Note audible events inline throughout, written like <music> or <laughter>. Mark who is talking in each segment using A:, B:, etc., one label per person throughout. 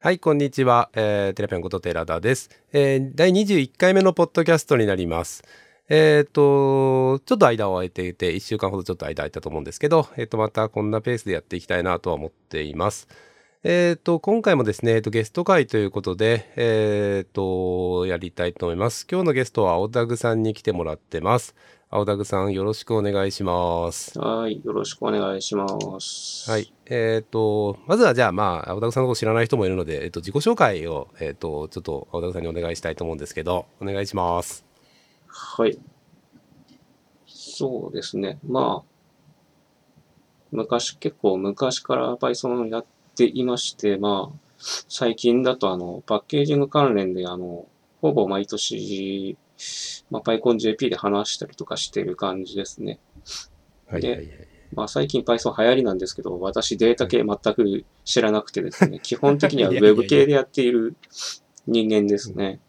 A: はい、こんにちは。えー、テラピョンこと寺田です。えー、第21回目のポッドキャストになります。えっ、と、ちょっと間を空いていて、1週間ほどちょっと間空いたと思うんですけど、えっ、と、またこんなペースでやっていきたいなとは思っています。えっ、と、今回もですね、えーと、ゲスト会ということで、えっ、と、やりたいと思います。今日のゲストは青田具さんに来てもらってます。青田具さん、よろしくお願いします。
B: はい、よろしくお願いします。
A: はい。。えっ、と、まずはじゃあ、まあ、青田さんのこと知らない人もいるので、えっ、と、自己紹介を、えっ、と、ちょっと青田さんにお願いしたいと思うんですけど、お願いします。
B: はい。そうですね。まあ、昔、結構昔から Python をやっていまして、まあ、最近だとあの、パッケージング関連であの、ほぼ毎年、まあ、PyConJP で話したりとかしている感じですね。
A: はいはいはい。
B: まあ、最近 Python 流行りなんですけど、私データ系全く知らなくてですね、基本的には Web 系でや <laughs> っている人間ですね。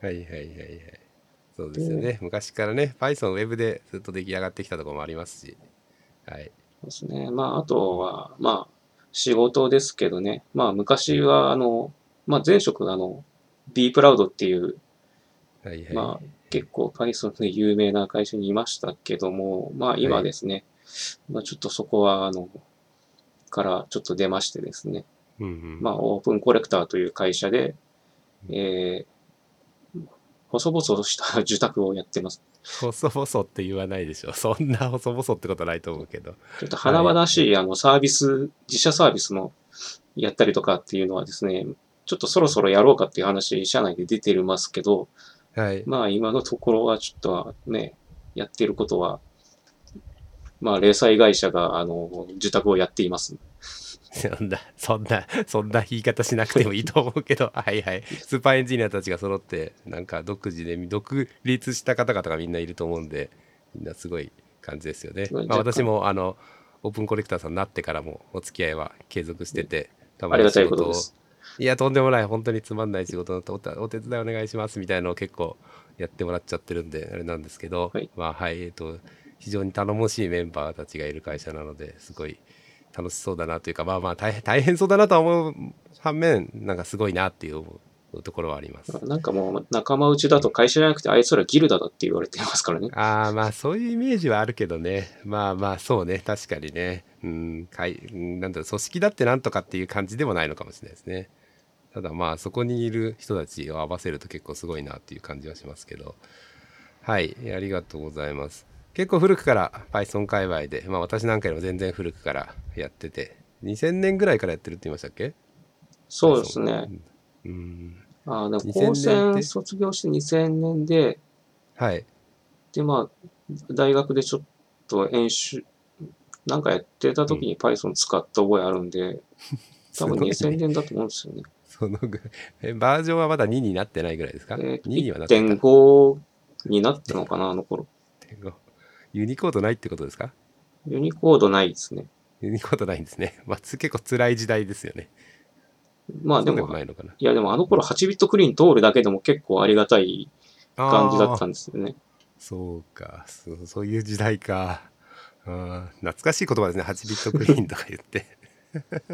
A: はいはいはいはい。そうですよね。昔からね、Python、Web でずっと出来上がってきたところもありますし。はい。
B: そうですね。まあ、あとは、まあ、仕事ですけどね。まあ、昔は、あの、まあ、前職が、あの、B プラウドっていう、
A: はいはい。
B: まあ、結構 Python で有名な会社にいましたけども、まあ、今ですね、まあ、ちょっとそこは、あの、からちょっと出ましてですね。
A: うんうん。
B: まあ、オープンコレクターという会社で、えー細々とした <laughs> 受託をやってます。
A: 細々って言わないでしょ。そんな細々ってことはないと思うけど。
B: ちょっと華々しい、あの、サービス、自社サービスのやったりとかっていうのはですね、ちょっとそろそろやろうかっていう話、社内で出てますけど、
A: はい。
B: まあ今のところはちょっとはね、やってることは、まあ零細会社が、あの、受託をやっています。
A: そんな、そんな、そんな言い方しなくてもいいと思うけ
B: <laughs>
A: ど、はいはい。スーパーエンジニアたちが揃って、なんか独自で、独立した方々がみんないると思うんで、みんなすごい感じですよね
B: すご。い
A: まあ、
B: 若干
A: 私も、あの、オープンコレクターさんになってからもお付き合いは継続してて、多
B: ありがたいことです。
A: いや、とんでもない。本当につまんない仕事だと思ったら、お手伝いお願いしますみたいなのを結構やってもらっちゃってるんで、あれなんですけど、
B: はい
A: まあ、はい、えっと、非常に頼もしいメンバーたちがいる会社なので、すごい楽しそうだなというか、まあまあ大変、大変そうだなとは思う反面、なんかすごいなっていう思うところはあります。
B: なんかもう仲間内だと会社じゃなくて、あいつらギルダだって言われてますからね。
A: ああまあそういうイメージはあるけどねまあまあそうね確かにねうんかいうんなんだろう組織だってなんとかっていう感じでもないのかもしれないですねただまあそこにいる人たちを合わせると結構すごいなっていう感じはしますけどはいありがとうございます結構古くから Python 界隈でまあ私なんかよりも全然古くからやってて2000年ぐらいからやってるって言いましたっけ
B: そうですね。
A: うん
B: ああ、でも
A: 2000
B: 高
A: 年って
B: 専卒業して2000年で、
A: はい
B: で、まあ、大学でちょっと演習、なんかやってた時に Python 使った覚えあるんで、多
A: すご
B: 分
A: い
B: 2000
A: ね
B: 年だと思うんですよね。
A: そのぐらいえバージョンはまだ2になってないぐらいですか、
B: えー
A: ?2 にはなってない
B: 1.5になったのかな、あの頃。
A: 1.5ユニコードないってことですか
B: ユニコードないですね。
A: ユニコードないんですね。ま <laughs> あ、つ結構辛い時代ですよね。
B: まあで
A: そうでも
B: も、
A: ないいのかな。
B: やでもあの頃8ビットクリーン通るだけでも結構ありがたい感じだった
A: あー
B: んですよね。
A: そうかそう。そういう時代か。あー懐かしい言葉ですね。8ビットクリーンとか言って。 <laughs>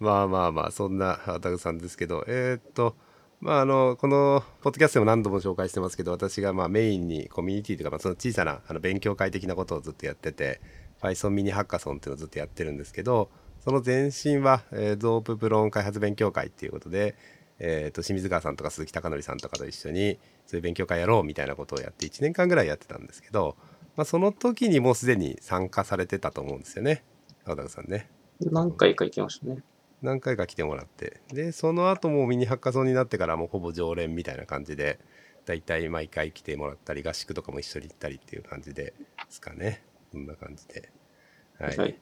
A: まあまあまあ、そんなアタグさんですけど、えーっと、まああの、このポッドキャストでも何度も紹介してますけど、私がまあメインにコミュニティというか、まあ、その小さなあの勉強会的なことをずっとやってて、Python ミニハッカソンっていうのをずっとやってるんですけど、その前身は、えー、ゾープブローン開発勉強会っていうことで、えー、と清水川さんとか鈴木貴則さんとかと一緒にそういう勉強会やろうみたいなことをやって1年間ぐらいやってたんですけど、まあ、その時にもうすでに参加されてたと思うんですよね青田さんね。
B: 何回か行きましたね。
A: 何回か来てもらってでその後もうミニハッカソンになってからもうほぼ常連みたいな感じでだいたい毎回来てもらったり合宿とかも一緒に行ったりっていう感じでですかねこんな感じではい、
B: はい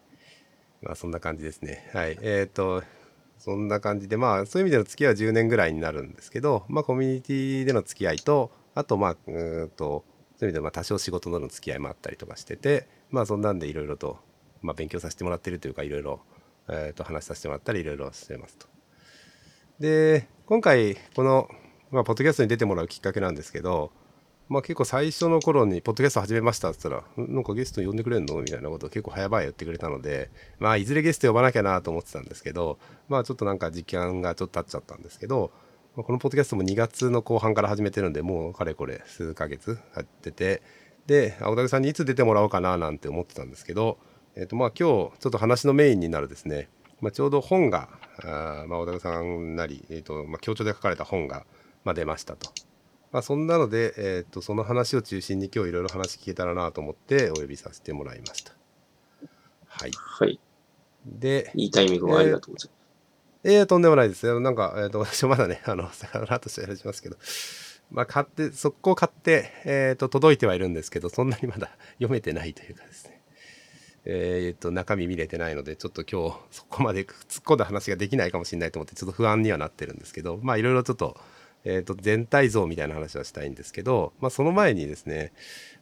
A: まあそんな感じですねはいえっ、とそんな感じでまあそういう意味での付き合いは10年ぐらいになるんですけどまあコミュニティでの付き合いとあとまあうーんとそういう意味ではまあ多少仕事との付き合いもあったりとかしててまあそんなんでいろいろと、まあ、勉強させてもらってるというかいろいろえー、と話させてもらったりいろいろしてますと。で今回この、まあ、ポッドキャストに出てもらうきっかけなんですけどまあ、結構最初の頃に、ポッドキャスト始めましたって言ったら、んなんかゲスト呼んでくれんのみたいなことを結構早々言ってくれたので、まあ、いずれゲスト呼ばなきゃなと思ってたんですけど、まあ、ちょっとなんか時間がちょっと経っちゃったんですけど、まあこのポッドキャストも2月の後半から始めてるんで、もうかれこれ数ヶ月やってて、で、青竹さんにいつ出てもらおうかななんて思ってたんですけど、えっ、と、まあ、今日、ちょっと話のメインになるですね、まあ、ちょうど本が、あーまあ、小竹さんなり、えっ、と、まあ、協調で書かれた本が、まあ、出ましたと。まあ、そんなので、えっとその話を中心に今日いろいろ話聞けたらなと思ってお呼びさせてもらいました。はい。
B: はい。
A: で、
B: いいタイミングをありがとうございま
A: えー、とんでもないです。なんか、えー、と <laughs> 私はまだね、あの、さらっとして話しますけど、まあ、買って、速攻買って、えー、と届いてはいるんですけど、そんなにまだ <laughs> 読めてないというかですね。えー、と中身見れてないのでちょっと今日そこまで突っ込んだ話ができないかもしれないと思ってちょっと不安にはなってるんですけどまあいろいろちょっと,、えー、と全体像みたいな話はしたいんですけど、まあ、その前にですね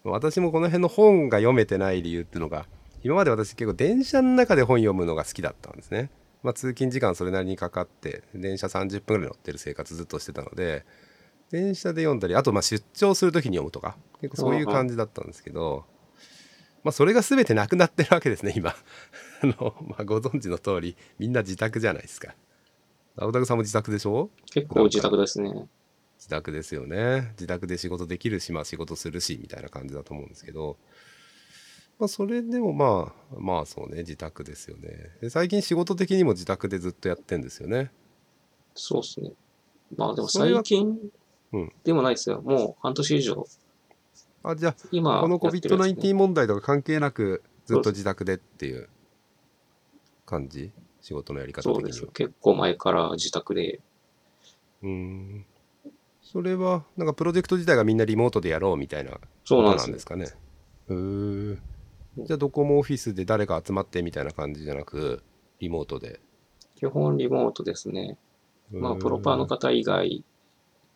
A: 私もこの辺の本が読めてない理由っていうのが今まで私結構電車の中で本読むのが好きだったんですね、まあ、通勤時間それなりにかかって電車30分ぐらい乗ってる生活ずっとしてたので電車で読んだりあとまあ出張する時に読むとか結構そういう感じだったんですけどまあそれが全てなくなってるわけですね今 <laughs> あの、まあ、ご存知の通りみんな自宅じゃないですか青田さんも自宅でしょ
B: す。結構自宅ですね。
A: 自宅ですよね自宅で仕事できるしまあ仕事するしみたいな感じだと思うんですけどまあそれでもまあまあそうね自宅ですよねで最近仕事的にも自宅でずっとやってんですよね
B: そうですね。まあでも
A: それは
B: 最近
A: うん
B: でもないですよ。もう半年以上。
A: あじゃ
B: 今
A: あこの
B: やってるやつね
A: COVID-19 問題とか関係なくずっと自宅でっていう感じ仕事のやり方
B: そう
A: 的
B: です
A: には
B: よ。結構前から自宅で。
A: うーんそれはなんかプロジェクト自体がみんなリモートでやろうみたいな
B: そうなん
A: こ
B: で
A: と
B: す
A: なん
B: よ
A: ですかね。うーんじゃあどこもオフィスで誰か集まってみたいな感じじゃなくリモートで。
B: 基本リモートですね。まあ、プロパーの
A: か
B: 方以外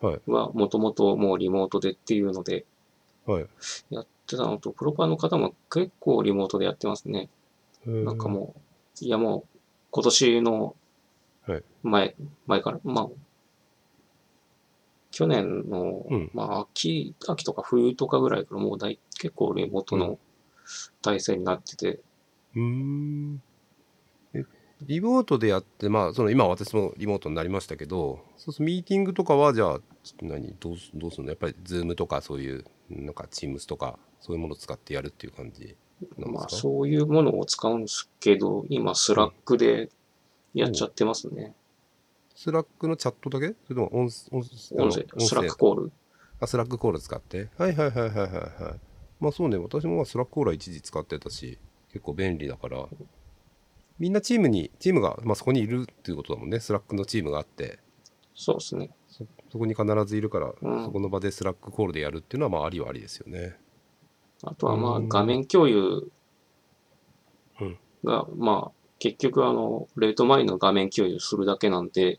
A: はい
B: はもともともうリモートでっていうので
A: はい。
B: やってたのと、プロパーの方も結構リモートでやってますね。な
A: なん
B: かもう、いやもう、今年の
A: はい
B: 前、前から、まあ、去年の、
A: うん
B: まあ、秋、秋とか冬とかぐらいからもう大、結構リモート
A: う
B: の体制になってて、
A: うーんえリモートでやって、まあ、その今私もリモートになりましたけど、そうそうミーティングとかは、じゃあ、何、どうすどうするのやっぱり、ズームとか、そういう、なんか、チームスとか、そういうものを使ってやるっていう感じなんで
B: まあ、
A: すか、
B: そういうものを使うんですけど、今、スラックでやっちゃってますね。
A: スラックのチャットだけそれとも音声、音あの
B: 音声、スラックコール。
A: あ、スラックコール使って。はいはいはいはいはいはい。まあそうね、私もまあスラックコールは一時使ってたし、結構便利だから、みんなチームに、チームが、まあそこにいるっていうことだもんね、スラックのチームがあって、
B: そうですね。
A: そそこに必ずいるから、
B: うん
A: そこの場でスラックコールでやるっていうのはまあありはありですよね。
B: あとはま
A: う
B: あ
A: ん
B: 画面共有
A: うん
B: が、まあ結局あの、レート前の画面共有するだけなんで、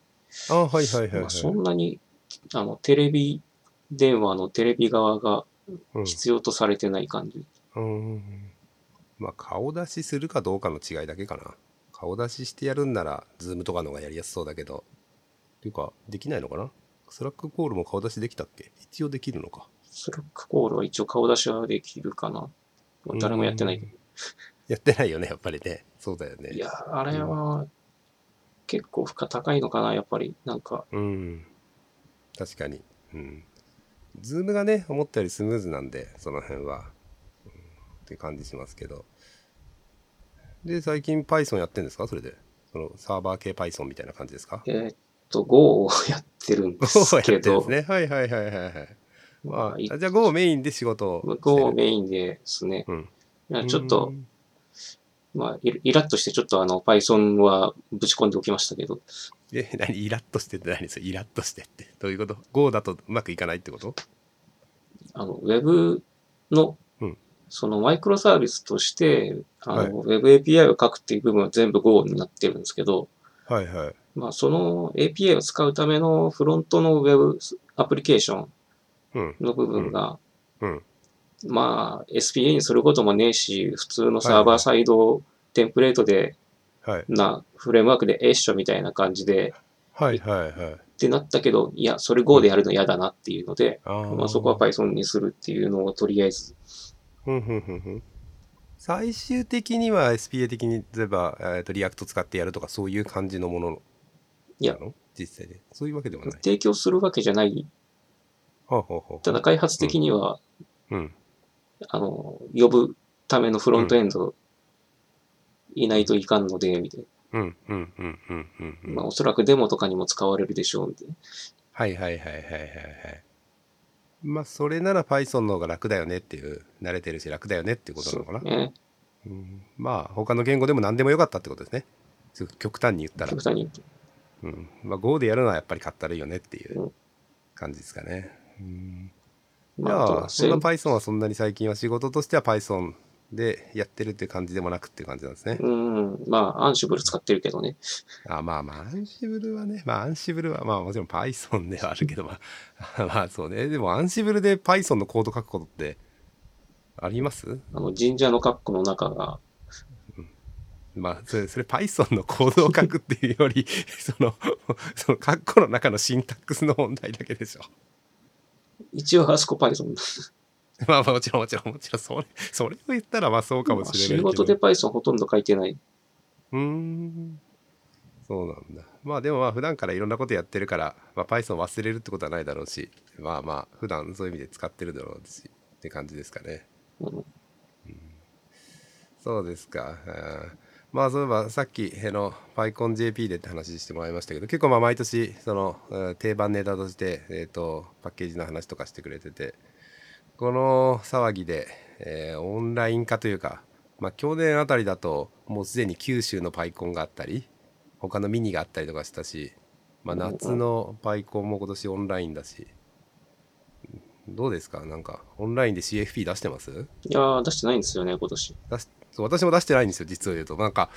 A: あはいはいはい、
B: ま
A: は
B: あ、
A: い
B: そんなにあのテレビ電話のテレビ側が
A: うん
B: 必要とされてない感じ。
A: うん。まあ顔出しするかどうかの違いだけかな。顔出ししてやるんなら、ズームとかの方がやりやすそうだけど。っていうか、できないのかなスラックコールも顔出しできたっけ一応できるのか。
B: スラックコールは一応顔出しはできるかな。まあ誰もやってないけど。
A: やってないよね、やっぱりね。そうだよね。
B: いや、あれは結構負荷高いのかな、やっぱり。なんか、
A: うん。確かに。うん。ズームがね、思ったよりスムーズなんで、その辺は。うんって感じしますけど。で、最近 Python やってんですかそれで。そのサーバー系 Python みたいな感じですか
B: えーっと、Go をやってるんで
A: ?Go を <laughs>
B: す
A: やってる
B: け
A: んで
B: ど
A: す、ね。はいはいはいはいはい。
B: ま
A: ま
B: あ、
A: あ、じゃあ Go をメインで仕事をしてる。
B: Go をメインですね。
A: うん
B: いやちょっと
A: う、ん
B: まあ、イイラッとして、ちょっとあの、Python はぶち込んでおきましたけど、
A: え、何イラッとしてって何それイラッとしてって。どういうこと ?Go だとうまくいかないってこと
B: あの、Web の
A: うん、
B: そのマイクロサービスとして、あ
A: はい
B: の、WebAPI を書くっていう部分は全部 Go になってるんですけど、
A: はいはい。
B: まあ、その API を使うためのフロントの Web アプリケーショ
A: うん。
B: ンの部分が、
A: うん。
B: まあ、SPA にすることもねえし、普通のサーバーサイドテンプレートで、
A: はい。
B: な、フレームワークでえっしょみたいな感じで
A: はいはいはい。
B: ってなったけど、いや、それ Go でやるの嫌だなっていうので、
A: あー
B: まあ、そこは Python にするっていうのをとりあえず、
A: ふんふんふんふん最終的には SPA 的に例えば、えー、とリアクト使ってやるとかそういう感じのものなの
B: いや
A: 実際でそういうわけではない。
B: 提供するわけじゃない。
A: はあ、はあはあ
B: ただ開発的には、
A: うん、
B: あの、呼ぶためのフロントエンド、いないといかんので、みたい
A: うんうんうんうんうんう
B: な。
A: ん、
B: まあ、おそらくデモとかにも使われるでしょう、みたいな。
A: はいはいはいはいはいはいまあそれなら Python の方が楽だよねっていう慣れてるし楽だよねっていうことなのかな
B: そうね。
A: うんまあ他の言語でも何でもよかったってことですねすごく極端に言ったら
B: 極、端に言って。
A: うんまあ、Go でやるのはやっぱりかったるいよねっていううん感じですかね、うん
B: ま
A: じ
B: あ、あと
A: ゃ
B: は
A: あ、そんな
B: 先
A: Python はそんなに最近は仕事としては Python でやってるっていう感じでもなくっていう感じなんですね。
B: うん、まあ、アンシブル使ってるけどね。
A: あまあまあ、Ansible はね、まあ Ansible はまあもちろん Python ではあるけど、まあ、 <laughs> まあそうね。でも Ansible で Python のコード書くことってあります
B: あの、神社のカッコの中が、
A: まあそれ、それ Python のコードを書くっていうより、その、そのカッコの中のシンタックスの問題だけでしょ。
B: 一応あそこ Python。
A: <laughs> まあまあもちろんもちろんもちろん、それ、 <laughs> それを言ったらまあそうかもしれないけ
B: 仕
A: ど。
B: 事で Python ほとんど書いてない。
A: うーん。そうなんだ。まあでもまあ普段からいろんなことやってるから、まあ、Python 忘れるってことはないだろうし、まあまあ普段そういう意味で使ってるだろうし、って感じですかね。
B: うん
A: そうですか。あーまあそういえばさっきあの PyConJP でって話してもらいましたけど結構まあ毎年そのえー定番ネタとして、えー、とパッケージの話とかしてくれててこの騒ぎで、えーオンライン化というか、まあ、去年あたりだともうすでに九州の PyCon があったり他のミニがあったりとかしたし、まあ、
B: うんうん
A: 夏の PyCon も今年オンラインだしどうですかなんかオンラインで CFP 出してます
B: いやー、出してないんですよね、今年。
A: 出しそう私も出してないんですよ実を言うとなんか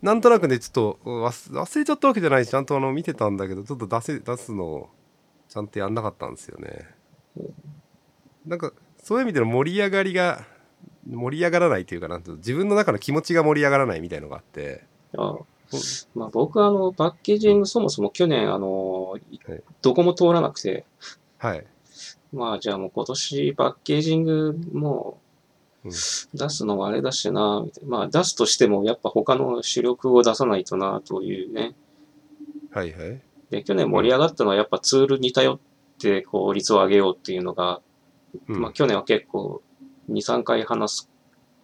A: なんとなくねちょっと忘忘れちゃったわけじゃないしちゃんとあの見てたんだけどちょっと出せ出すのをちゃんとやんなかったんですよね
B: うん
A: なんかそういう意味での盛り上がりが盛り上がらないというかなんていうの自分の中の気持ちが盛り上がらないみたいのがあって
B: あーまあ、僕はあの、パッケージングそもそも去年、あの
A: はい、
B: どこも通らなくて、
A: はい
B: まあ、じゃあもう今年パッケージングも
A: うん
B: う出すのはあれだしな、みたいなまあ、出すとしてもやっぱ他の主力を出さないとな、というね。
A: はいはい
B: で、去年盛り上がったのはやっぱツールに頼って効率を上げようっていうのが、
A: うん、
B: まあ去年は結構2、3回話す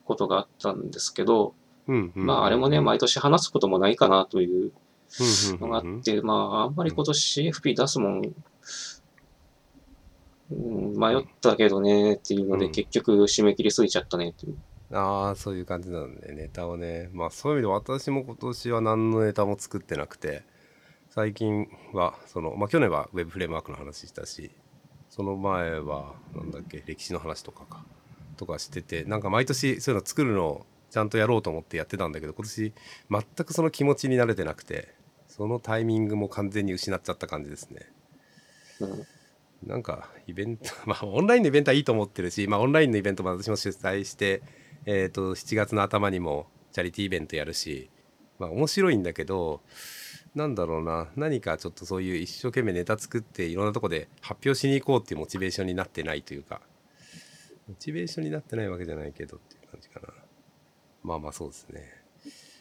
B: ことがあったんですけど、
A: うんうん
B: まああれもね、毎年話すこともないかなという
A: うんうん
B: のがあって、まああんまり今年 CFP 出すもん、うん、迷ったけどねっていうので、
A: うん
B: 結局締め切りすぎちゃったねっていう。
A: ああそういう感じなんでネタをねまあそういう意味で私も今年は何のネタも作ってなくて最近はそのまあ去年はウェブフレームワークの話したしその前はなんだっけ歴史の話とかかとかしててなんか毎年そういうの作るのをちゃんとやろうと思ってやってたんだけど今年全くその気持ちに慣れてなくてそのタイミングも完全に失っちゃった感じですね。
B: うん
A: なんかイベント <laughs> まあオンラインのイベントはいいと思ってるし、まあ、オンラインのイベントも私も主催して、えー、と7月の頭にもチャリティーイベントやるし、まあ、面白いんだけどなんだろうな何かちょっとそういう一生懸命ネタ作っていろんなとこで発表しに行こうっていうモチベーションになってないというかモチベーションになってないわけじゃないけどっていう感じかなまあまあそうですね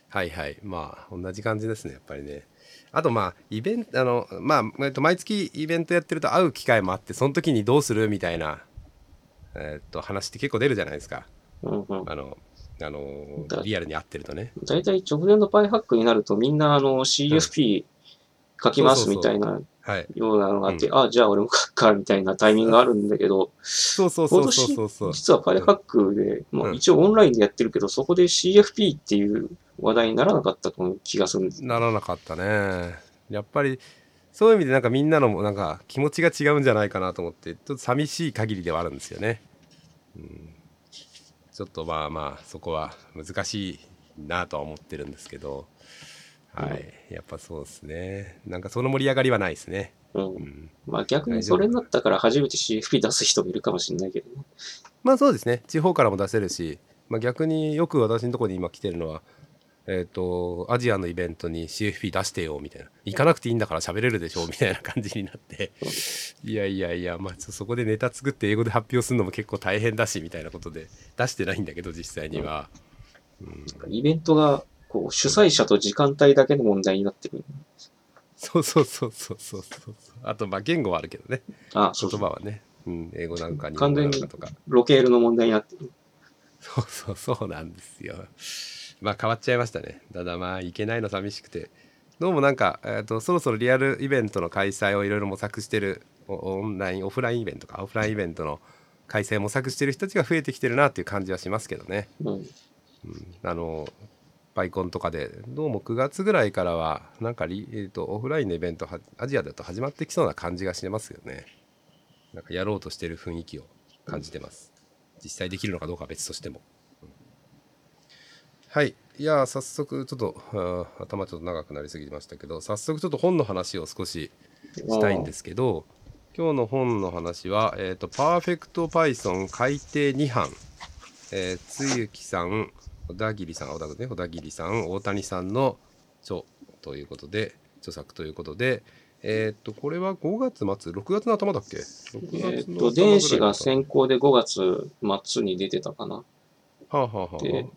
A: はいはいまあ同じ感じですねやっぱりねあとまあイベントあのまあ、えっと、毎月イベントやってると会う機会もあってその時にどうするみたいな、えっと話って結構出るじゃないですか
B: うんうん
A: あのあの
B: だ
A: リアルに会ってるとね
B: 大体直前のパイハックになるとみんなあの CFP 書きま
A: そう
B: す
A: そ
B: み
A: うそ
B: た
A: う
B: いな
A: はい
B: ようなのがあって、あ、じゃあ俺も書くか、みたいなタイミングがあるんだけど、
A: そうそうそうそうそうそう
B: 実はパイハックで、ま
A: う
B: あ
A: ん
B: 一応オンラインでやってるけど、そこで CFP っていう話題にならなかったという気がするんです。
A: ならなかったねやっぱりそういう意味でなんかみんなのもなんか気持ちが違うんじゃないかなと思ってちょっと寂しい限りではあるんですよね、うん、ちょっとまあまあそこは難しいなとは思ってるんですけどはいやっぱそうですねなんかその盛り上がりはないですね、
B: う。
A: うんん、
B: まあ逆にそれになったから初めて CFP 出す人もいるかもしれないけどね。
A: まあそうですね地方からも出せるし、まあ、逆によく私のところに今来てるのは、ええっ、と、アジアのイベントに CFP 出してよ、みたいな。行かなくていいんだから喋れるでしょ、みたいな感じになって。いやいやいや、まあ、ちょそこでネタ作って英語で発表するのも結構大変だし、みたいなことで出してないんだけど、実際には。うん、
B: イベントが、こう、主催者と時間帯だけの問題になってくる。
A: そうそうそうそうそうそう。あと、まあ、言語はあるけどね。
B: あ、
A: 言
B: そうそう
A: 葉はね。うん、英語なんかに
B: 完全に
A: とか。
B: ロケールの問題になってくる。
A: そうそうそうなんですよ。まあ変わっちゃいましたね。ただまあ行けないの寂しくて。どうもなんか、えー、とそろそろリアルイベントの開催をいろいろ模索してるおオンラインオフラインイベントかオフラインイベントの開催を模索してる人たちが増えてきてるなっていう感じはしますけどね。
B: うん。。
A: うんあのバイコンとかでどうも9月ぐらいからはなんかリ、えーとオフラインのイベントはアジアだと始まってきそうな感じがしてますよねなんかやろうとしてる雰囲気を感じてます、実際できるのかどうかは別としても、うんはいいやー早速ちょっとあー頭ちょっと長くなりすぎましたけど早速ちょっと本の話を少ししたいんですすけど今日の本の話は「えー、とパーフェクトパイソン改訂2版」えー、つゆきさん小田切さん小田,、ね、小田切さん大谷さんの著ということで著作ということで。えー、とこれは5月末6月の頭だっけ
B: え
A: 6月
B: ーっ、
A: の頭
B: と、電子
A: ぐらい
B: が先行で5月末に出てたかな。
A: はあ、はあはあはあ、
B: で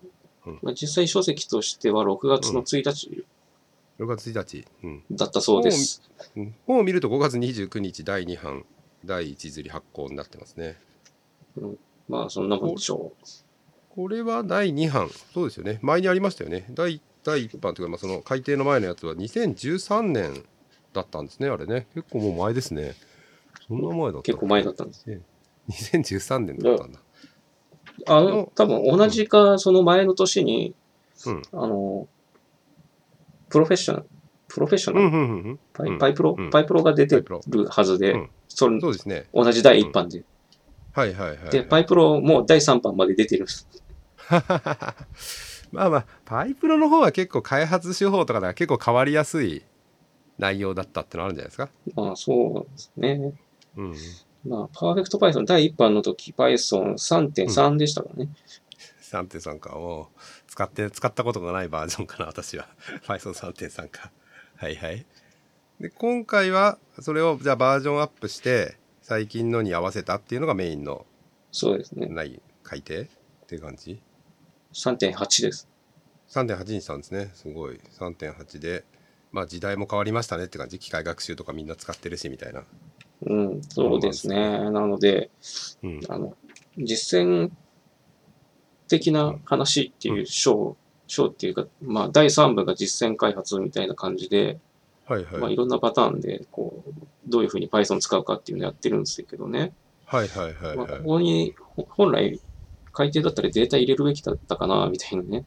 B: まあ、実際書籍としては6月の1日
A: 6月1日、うん
B: だったそうです。
A: うん、本を見ると5月29日第2版第1釣り発行になってますね
B: まあ、そんなもんでしょ
A: これは第2版、そうですよね、前にありましたよね、第第1版というか、まあ、その改定の前のやつは2013年だったんですね、あれね、結構もう前ですね、そんな前だった
B: う。結構前だったんです。
A: 2013年だったんだ。
B: あの、多分同じか、その前の年に、
A: うん
B: あの、プロフェッショナル、プロフェッショ
A: う
B: ナ
A: ん
B: ル、
A: うんうん
B: パ
A: うん
B: イパイプロ、
A: うん
B: パイプロが出て
A: パイ
B: るはずで、
A: うん
B: そ
A: うん、
B: れ
A: そうですね、
B: 同じ第1版で。
A: はいはいはい。
B: で、パイプロもう第3版まで出てる。
A: <laughs> まあまあ、パイプロの方は結構開発手法とかだから結構変わりやすい内容だったってのあるんじゃないですか。
B: まあ、そうなんですね。
A: うん、
B: まあ、パーフェクト Python 第1版の時、Python3.3 でしたからね。
A: 3.3かを使って使ったことがないバージョンかな私は <laughs> Python3.3 かはいはいで今回はそれをじゃあバージョンアップして最近のに合わせたっていうのがメインの
B: そうですね。
A: ない改定っていう感じ
B: 3.8です。
A: 3.8にしたんですねすごい3.8でまあ時代も変わりましたねって感じ機械学習とかみんな使ってるしみたいな
B: うん、そうですね。なので、
A: うん
B: あの、実践的な話っていう章、章っていうか、まあ、第3部が実践開発みたいな感じで、
A: はいはい
B: まあ、
A: はい
B: いろんなパターンで、こう、どういうふうに Python 使うかっていうのをやってるんですけどね。
A: はいはいはい
B: まあ、
A: あ
B: ここに、ほ本来、改定だったらデータ入れるべきだったかな、みたいなね。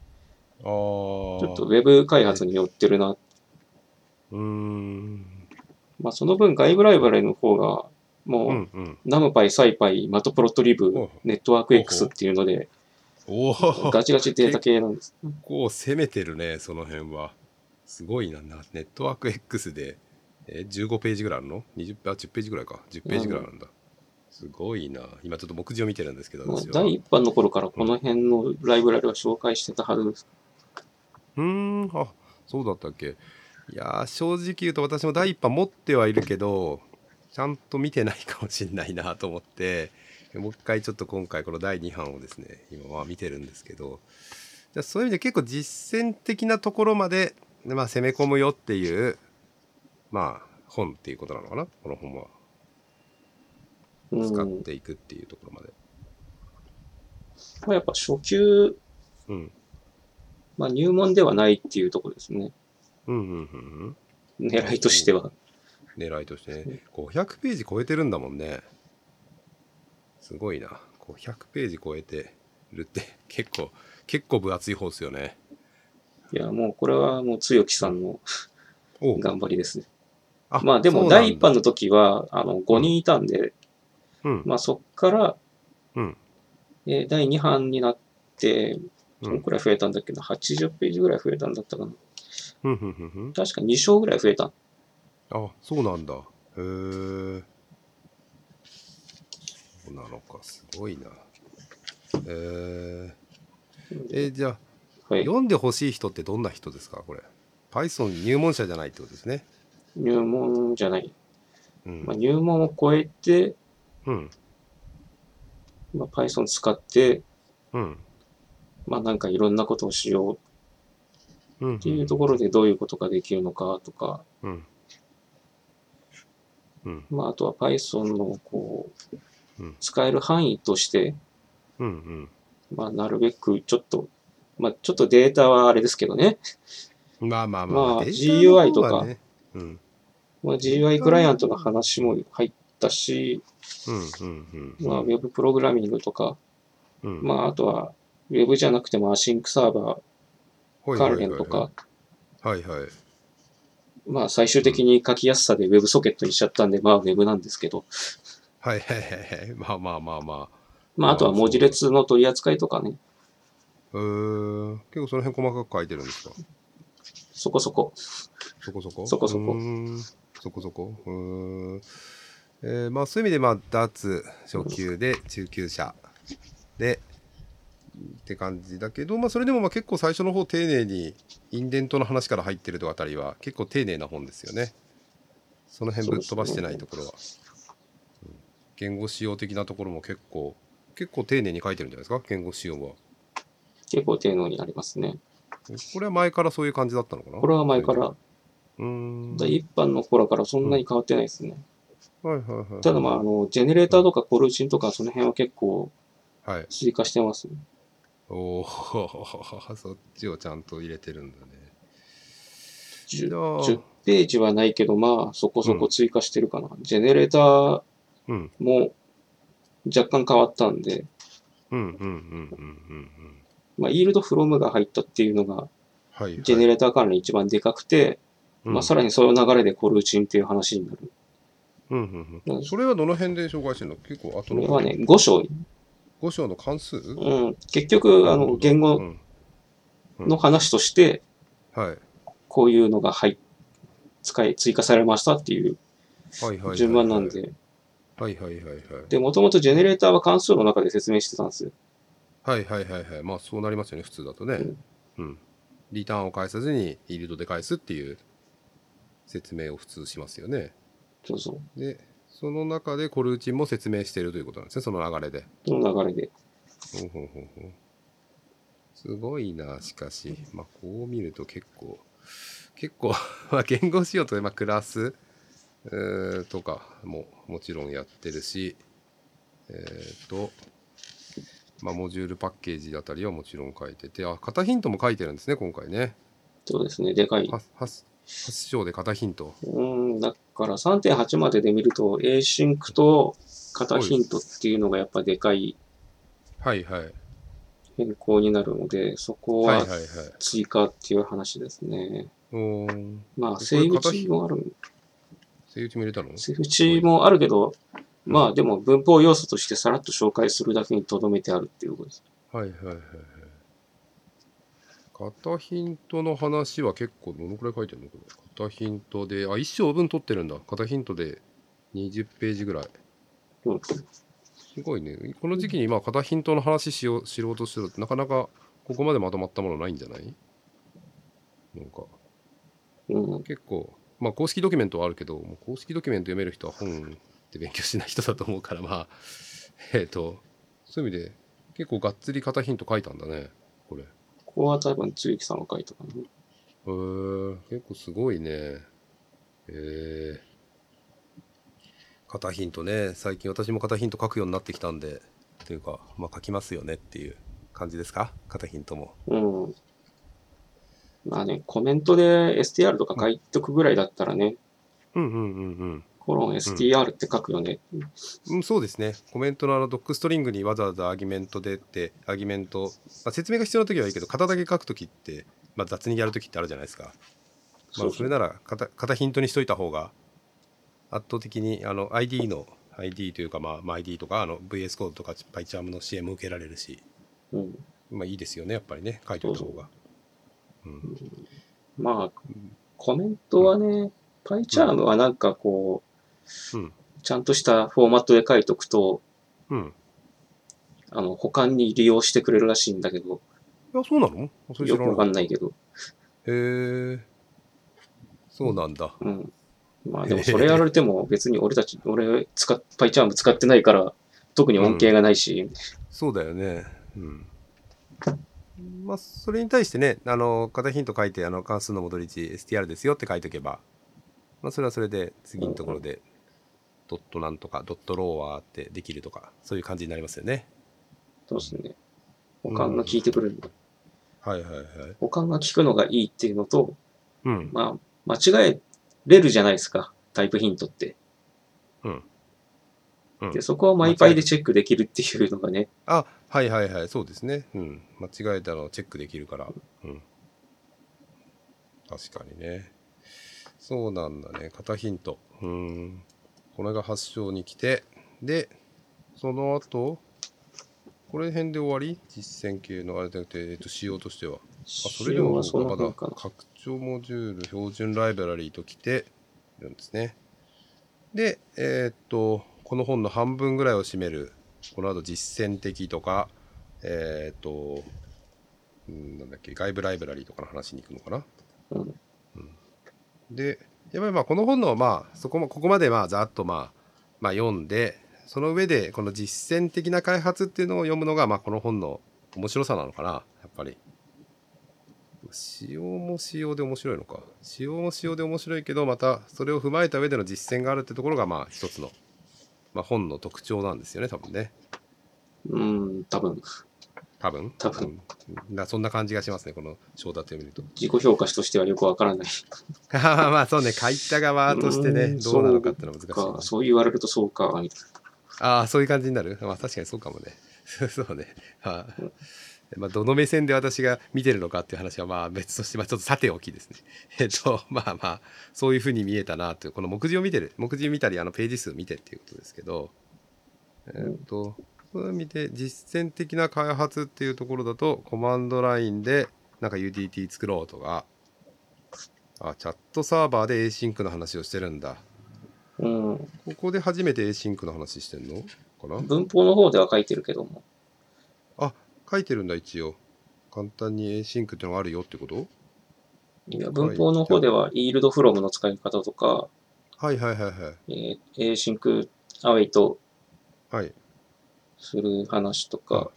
A: あちょ
B: ちょっとウェブ開発に寄ってるな。
A: うーん
B: まあ、その分外部ライブラリの方が、もう、
A: うんうん
B: ナムパイ、サイパイ、マトプロトリブ
A: お、
B: ネットワーク X っていうので、
A: おお
B: ガチガチデータ系なんです。
A: 結構攻めてるねその辺はすごいななネットワーク X で、えー15ページぐらいあるの20あ10ページぐらいか10ページぐらいあるんだ、すごいな今ちょっと目次を見てるんですけど
B: もう
A: 私は
B: 第1版の頃からこの辺のライブラリは紹介してたはずです。
A: うーんあそうだったっけいやー正直言うと私も第一波持ってはいるけどちゃんと見てないかもしんないなと思ってもう一回ちょっと今回この第2版をですね今は見てるんですけどじゃあそういう意味で結構実践的なところまで、まあ、攻め込むよっていうまあ本っていうことなのかなこの本は
B: う
A: 使っ
B: ん。
A: ていくっていうところまで。
B: まあ、やっぱ初級、
A: うん、
B: まあ、入門ではないっていうところですね。
A: うん、うんうんうん
B: 狙いとしては。
A: 狙いとしてね500ページ超えてるんだもんねすごいな500ページ超えてるって <laughs> 結構結構分厚い方ですよね
B: いや、もうこれはもう強きさんの
A: おう
B: 頑張りですね。
A: あ
B: まあでも
A: そうなんだ
B: 第1版の時は、あの、5人いたんで、
A: うん
B: まあそっから、
A: うん
B: えー第2版になって、
A: う
B: ど
A: ん
B: のくらい増えたんだっけど、80ページぐらい増えたんだったかな。
A: うんうんうん
B: 確か2章ぐらい増えた。
A: うんあそうなんだへえそうなのかすごいなへええじゃあ
B: はい。
A: 読んでほしい人ってどんな人ですかこれ Python 入門者じゃないってことですね
B: 入門じゃない。
A: うん、
B: まあ、入門を超えて、
A: うん
B: まあ、Python 使って、
A: うん
B: まあ、なんかいろんなことをしようっ
A: うん
B: ていうところでどういうことができるのかとか、
A: うんうん
B: まあ、あとは Python のこう
A: うん、
B: 使える範囲として、
A: うんうん
B: まあ、なるべくちょっと、まあ、ちょっとデータはあれですけどね、
A: まあまあ
B: まあ
A: データの方は
B: GUI
A: ねうん
B: まあ、GUI クライアントの話も入ったし、
A: うんうんうん
B: まあ、Web プログラミングとか、
A: うん
B: まあ、あとは Web じゃなくても Async サーバ
A: ほいほ
B: ー
A: い
B: 関
A: ほい
B: 連
A: ほい
B: とか、
A: はいはい
B: まあ、最終的に書きやすさで Web ソケットにしちゃったんで、まあ、Web なんですけど、
A: はいはいはいはいまあまあまあまあ
B: まあ、あとは文字列の取り扱いとかね、
A: うーん結構その辺細かく書いてるんですか
B: そこそこ。
A: そこそこ
B: そこそこ
A: うーんそこそこうーん、えーまあそういう意味でまあ脱初級で中級者でって感じだけど、まあ、それでもまあ結構最初の方丁寧にインデントの話から入ってるとあたりは結構丁寧な本ですよねその辺ぶっ飛ばしてないところは、うん言語使用的なところも結構結構丁寧に書いてるんじゃないですか言語使用は
B: 結構低能になりますね。
A: これは前からそういう感じだったのかな
B: これは前から、
A: うーん
B: 第一版の頃からそんなに変わってないですね。
A: はいはいはい
B: ただまあ、あの、ジェネレーターとかコルチンとかその辺は結構
A: はい
B: 追加してます。
A: おお、そっちをちゃんと入れてるんだね。
B: じゅ
A: じゃ
B: 10,
A: あ
B: ページはないけど、まあ、そこそこ追加してるかな。ジェネレーター
A: うん、
B: も若干変わったんで、
A: うん、うん、うん、うん、うんうん。
B: まあ、イールドフロムが入ったっていうのが、
A: はい、はい。
B: ジェネレーター関連一番でかくて、
A: うん
B: まあ、さらにその流れでコルチンっていう話になる。
A: うん、うん、うん。それはどの辺で紹介してるの結構後
B: こ
A: の。
B: れはね、5章。
A: 5章の関数
B: うん。結局、あの、言
A: う
B: 語
A: ん
B: の話として、
A: はい。はい
B: こういうのが入っ使い、追加されましたっていう
A: はい、はい。
B: 順番なん。で。
A: はい、はい、はい、はい。
B: で、もともとジェネレーターは関数の中で説明してたんですよ。
A: はい、はい、はい、はい。まあ、そうなりますよね、普通だとね。うん。リターンを返さずに、イールドで返すっていう説明を普通しますよね。
B: そうそう。
A: で、その中でコルーチンも説明しているということなんですね、その流れで。
B: その流れで。
A: ほうほうほうほうすごいなしかし、まあ、こう見ると結構結構 <laughs> まあ言語仕様と、まあ、クラスうーとかももちろんやってるしえっ、とまあモジュールパッケージあたりはもちろん書いててあ型ヒントも書いてるんですね今回ね
B: そうですね。でかい。
A: は 8, 8章で型ヒント
B: うん。だから3.8までで見ると、A シンクと型ヒントっていうのがやっぱでかい
A: はいはい
B: 変更になるので、そこ
A: はいは
B: は
A: は
B: い
A: い
B: 追加っていう話ですね。
A: おー
B: まあ、
A: これ
B: セーフ値もある。
A: セイウチも入れたの
B: セーフ値もあるけど、まあでも文法要素としてさらっと紹介するだけに留めてあるっていうことです。
A: はいはいはいはい。型ヒントの話は結構どのくらい書いてるのこれ。型ヒントで、あ、一章分取ってるんだ。型ヒントで20ページぐらい。
B: うん
A: すごいね。この時期にまあ型ヒントの話しよう、しようとしてると、なかなかここまでまとまったものないんじゃないなんか、
B: うん、
A: 結構、まあ公式ドキュメントはあるけど、もう公式ドキュメント読める人は本で勉強しない人だと思うから、まあ、えっ、と、そういう意味で結構がっつり型ヒント書いたんだね、これ。
B: ここは多分、つゆきさんが書いたかな。
A: へえ結構すごいね。へえ型ヒントね、最近私も型ヒント書くようになってきたんで、というか、まあ書きますよねっていう感じですか型ヒントも。
B: うん。まあね、コメントで STR とか書いとくぐらいだったらね、
A: うんうんうんうん。
B: コロン STR って書くよね。
A: うん、そうですね。コメントのあのドックストリングにわざわざアーギュメントでって、アーギュメント、まあ、説明が必要な時はいいけど、型だけ書く時って、まあ、雑にやる時ってあるじゃないですか。まあ、それなら型型ヒントにしといた方が圧倒的にあの ID の ID というか、まあまあ、ID とかあの VS コードとか PyCharm の支援も受けられるし、
B: うん。
A: まあ、いいですよねやっぱりね書いておいた方が。うん
B: まあ、コメントはね、PyCharm はなんかこう、
A: うん
B: ちゃんとしたフォーマットで書いとくと、
A: うん
B: あの、保管に利用してくれるらしいんだけど、
A: や、そうなのそれ
B: よ
A: 知
B: く
A: らな
B: わ
A: か
B: か
A: っ
B: んないけど。
A: た。へえ。そうなんだ。
B: うん。ま
A: <laughs>
B: あでもそれやられても別に俺たち、俺使っ、パイチャーム使ってないから、特に恩恵がないし、
A: そうだよね。うん。まあ、それに対してね、あの、型ヒント書いて、あの、関数の戻り値 STR ですよって書いとけば、まあ、それはそれで、次のところで、ドットなんとか、ドットローワーってできるとか、そういう感じになりますよね。
B: どうすんね。おかんが聞いてくれるの。
A: はいはいはい。
B: おかんが聞くのがいいっていうのと、
A: うん。
B: まあ、間違えれるじゃないですか。タイプヒントって。
A: うん。うん
B: で、そこはマイパイでチェックできるっていうのがね、
A: あ、はいはいはい、そうですね。うん。間違えたのをチェックできるから。うん。確かにね。そうなんだね。型ヒント。うーん。これが発祥に来て、で、その後、これ辺で終わり実践系のあれじゃなくて、えっと、仕様としては。
B: あ、
A: あ、それでも、
B: そんな
A: まだ
B: もんかな。
A: 拡張モジュール、標準ライブラリーときてるんですね。で、えーっと、この本の半分ぐらいを占める、この後実践的とか、えーっと、うんなんだっけ、外部ライブラリーとかの話に行くのかな。
B: うん
A: で、やっぱりまあこの本の、まあ、そこも、ここまでまあ、ざっとまあ、まあ読んで、その上で、この実践的な開発っていうのを読むのが、まあこの本の面白さなのかな、やっぱり。仕様も仕様で面白いのか。仕様も仕様で面白いけど、またそれを踏まえた上での実践があるってところが、まあ一つの、まあ本の特徴なんですよね、多分ね。
B: うん、多分、
A: 多分。
B: 多分
A: うん。なそんな感じがしますね、この章立てを見ると。 <laughs>
B: 自己評価としてはよくわからない。
A: ああまあそうね、書いた側として
B: う
A: ね、
B: ん
A: どうなのかっていうのは難しいな、
B: か、そう言われるとそうか、みたい
A: ああ、そういう感じになるまあ確かにそうかもね。 <laughs> そうね。はあまあ、どの目線で私が見てるのかっていう話はまあ別として、まあ、ちょっとさておきですね。 <laughs> えっと、まあまあ、そういうふうに見えたなという、この目次を見てる、目次見たり、あのページ数見てっていうことですけど、えっと、そういう意味で実践的な開発っていうところだと、コマンドラインでなんか UDT 作ろうとか、あ、チャットサーバーで Async の話をしてるんだ。
B: な。うん。
A: ここで初めて Async の話してんのかな
B: 文法の方では書いてるけども、
A: あ書いてるんだ一応簡単に Async ってのがあるよってこと
B: いや文法の方では、イールドフロムの使い方とか、
A: はいはいはいはい
B: えー、async await と
A: はい
B: する話とか、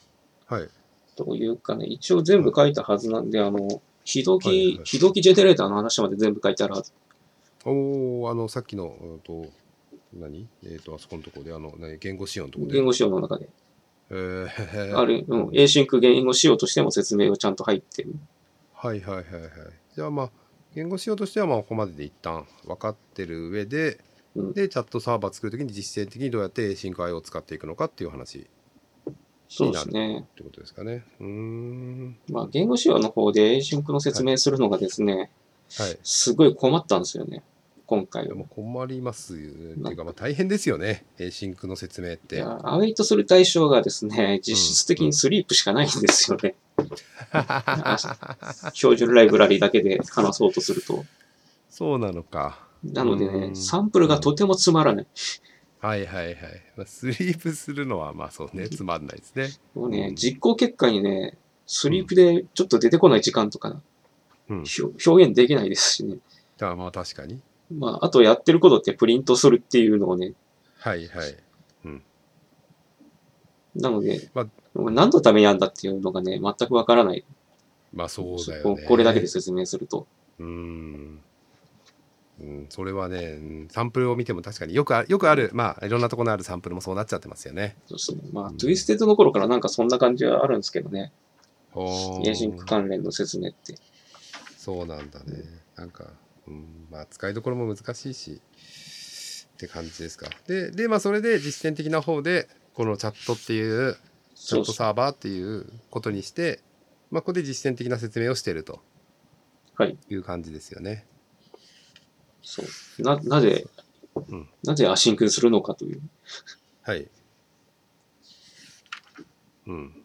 A: はい
B: というかね、一応全部書いたはずなんで、あの、非同
A: はいはい
B: 期
A: はい、
B: 非同期ジェネレーターの話まで全部書いてあるはず。
A: おおあのさっきのうんと何えっ、とあそこのとこであの何言語仕様のとこで
B: 言語仕様の中で。
A: えー、
B: ある、うん、async 言語仕様としても説明がちゃんと入ってる。
A: はいはいはいはいじゃあまあ言語仕様としてはまあここまでで一旦分かってる上で、
B: うん
A: でチャットサーバー作るときに実践的にどうやって AsyncIO を使っていくのかっていう話っ
B: そうですね。
A: てことですかねうーん
B: まあ、言語仕様の方で async の説明するのがですね、
A: はい
B: すごい困ったんですよね、今回
A: いや
B: は。
A: もう困りますよねっていうか、まあ、大変ですよね、えシンクの説明っ
B: い
A: て。
B: や、アウェイトする対象がですね、実質的にスリープしかないんですよね。標準ライブラリーだけで話そうとすると。
A: <laughs> そうなのか。
B: なので
A: うん
B: ね、サンプルがとてもつまらない。
A: はいはいはい。まあ、スリープするのは、まあそうね、つまんないですね。
B: もう
A: う
B: ね
A: ん、
B: 実行結果にね、スリープでちょっと出てこない時間とか、
A: うん。
B: ひょ表現できないですしね。
A: あまあ確かに。
B: まあ、あとやってることってプリントするっていうのをね、
A: はいはい。
B: なので、
A: まあ
B: 何のためにやんだっていうのがね、全くわからない。
A: まあそうだよね。
B: これだけで説明すると。
A: うん。うん、それはね、うんサンプルを見ても確かによくあよくある、まあいろんなところのあるサンプルもそうなっちゃってますよね。
B: そうですね。まあ、トゥイステッドの頃からなんかそんな感じはあるんですけどね。
A: お
B: エージンク関連の説明って。
A: そうなんだね。なんか、うん、まあ、使いどころも難しいし、って感じですか。で、で、まあ、それで実践的な方で、このチャットっていう、チャ
B: そ
A: ット
B: うそう。
A: サーバーっていうことにして、まあ、ここで実践的な説明をしてると
B: はい。
A: いう感じですよね。
B: そう。な、なぜ、
A: うん
B: なぜアシンクするのかという。
A: はい。うん。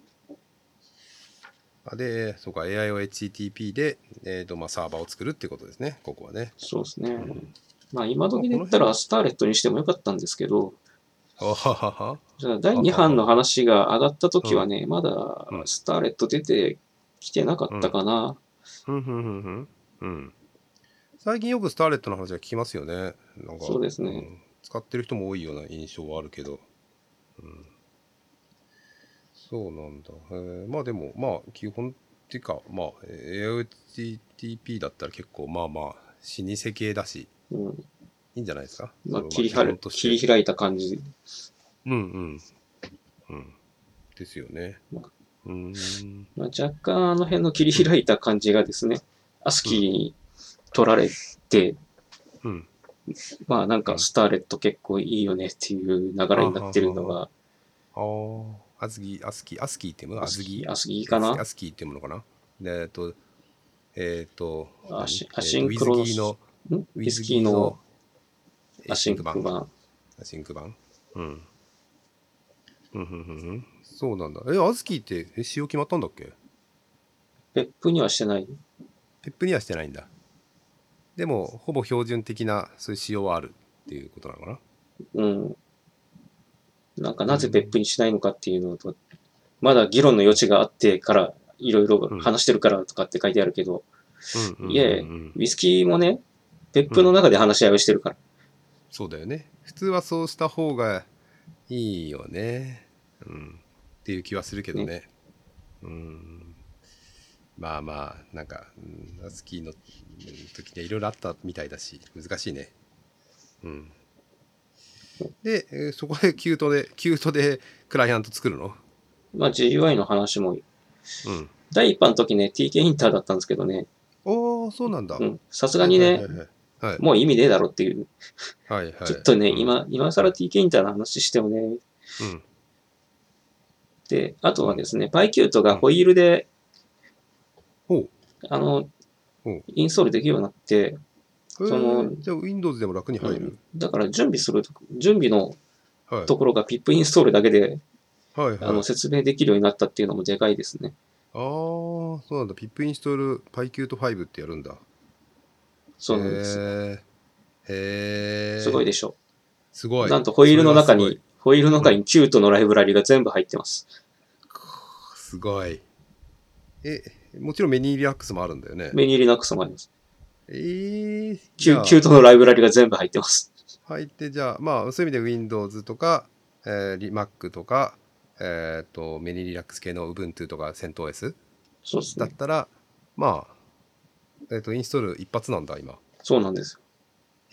A: あで、そうか、AI を HTTP で、えっ、と、まあ、サーバーを作るっていうことですね、ここはね。
B: そうですね。
A: ん
B: まあ、今時で言ったらスターレットにしてもよかったんですけど、
A: あははは。
B: じゃあ第2版の話が上がった時はね、まだ
A: うん
B: スターレット出て来てなかったかな。
A: ふんふんふんふん。うん。最近よくスターレットの話は聞きますよね。なんか
B: そうですね
A: ん使ってる人も多いような印象はあるけど。うん。そうなんだ。へーまあでも、まあ基本っていうか、まあ AOTTP だったら結構まあまあ老舗系だし、
B: うん。
A: いいんじゃないですか。
B: まあ、
A: その
B: 切り
A: 基
B: は
A: 本
B: る
A: と
B: 切り
A: して
B: 開いた感じ。
A: うんうん。うん。ですよね。うーん。
B: まあ、若干あの辺の切り開いた感じがですね、アスキーに取られて、
A: うん。
B: まあなんかスターレット結構いいよねっていう流れになってるのが、
A: ああ。あずぎ、あすき、あすきってものあ
B: ア
A: ず
B: ス
A: ぎ
B: キー、アスキーかな
A: アスキーっていうものかな。でえっと、えっと、
B: アシ
A: 何
B: アシンクロ
A: えーとウィズギーの、
B: ん
A: ウ
B: ウ
A: ィ
B: ィ
A: ズ
B: ス
A: ギ
B: キ
A: ー
B: ー
A: の
B: の
A: ア
B: ア
A: シ
B: シ
A: ン
B: ン
A: ク
B: ク
A: 版。
B: 版。
A: アシンク版。うん。うん、うん、うんうん。そうなんだ。え、アズキーって、え、使用決まったんだっけ
B: 別府にはしてない。
A: ペップにはしてないんだ。でも、ほぼ標準的な、そういう仕様はあるっていうことなのかな。
B: うん。なんかなぜ別府にしないのかっていうのと、まだ議論の余地があってから、いろいろ話してるからとかって書いてあるけど、
A: うんうんうんうん
B: いえウィスキーもね、別府の中で話し合いをしてるから。
A: そうだよね。普通はそうした方がいいよね。うん。っていう気はするけどね。うん。まあまあ、なんか、うんスキーのうん時にはいろいろあったみたいだし、難しいね。うん。で、えーそこでキュートで、キュートでクライアント作るの
B: まあ GUI の話も、
A: うん。
B: 第一版の時ね、TK インターだったんですけどね、
A: おー、そうなんだ。
B: うん、さすがにね、。
A: はい
B: もう意味ねえだろっていう、
A: はいはい。
B: ちょっとね、
A: うん、
B: 今、今更 TK インターの話してもね、
A: うん。
B: で、あとはですね、パイキュートがホイールで、
A: ほう。
B: あの
A: うん、
B: インストールできるようになって、
A: えー
B: その
A: じゃあ Windows でも楽に入
B: う
A: る
B: ん。だから準備すると、準備の
A: はい。
B: ところが PIP インストールだけで、
A: はいはい。
B: あの、説明できるようになったっていうのもでかいですね。
A: ああ、そうなんだ。ピップインストール PyQt5 ってやるんだ。
B: そうなんです。
A: へえ。へー
B: すごいでしょ。
A: すごい。
B: なんとホイールの中
A: それは
B: に、ホイールの中にキュートのライブラリが全部入ってます。
A: すごい。すごい。え、もちろんメニーリラックスもあるんだよね。
B: メニーリナックスもあります。
A: えー、
B: キ
A: じゃ
B: ュ
A: あ
B: キュートのライブラリが全部入ってます。
A: 入って、じゃあ、まあ、そういう意味で Windows とか、えー、リ Mac とか、えっ、と、メニーリラックス系の Ubuntu とか CentOS
B: そうです
A: だっ
B: ね。
A: たら、まあ、えっ、と、インストール一発なんだ、今。
B: そうなんですよ。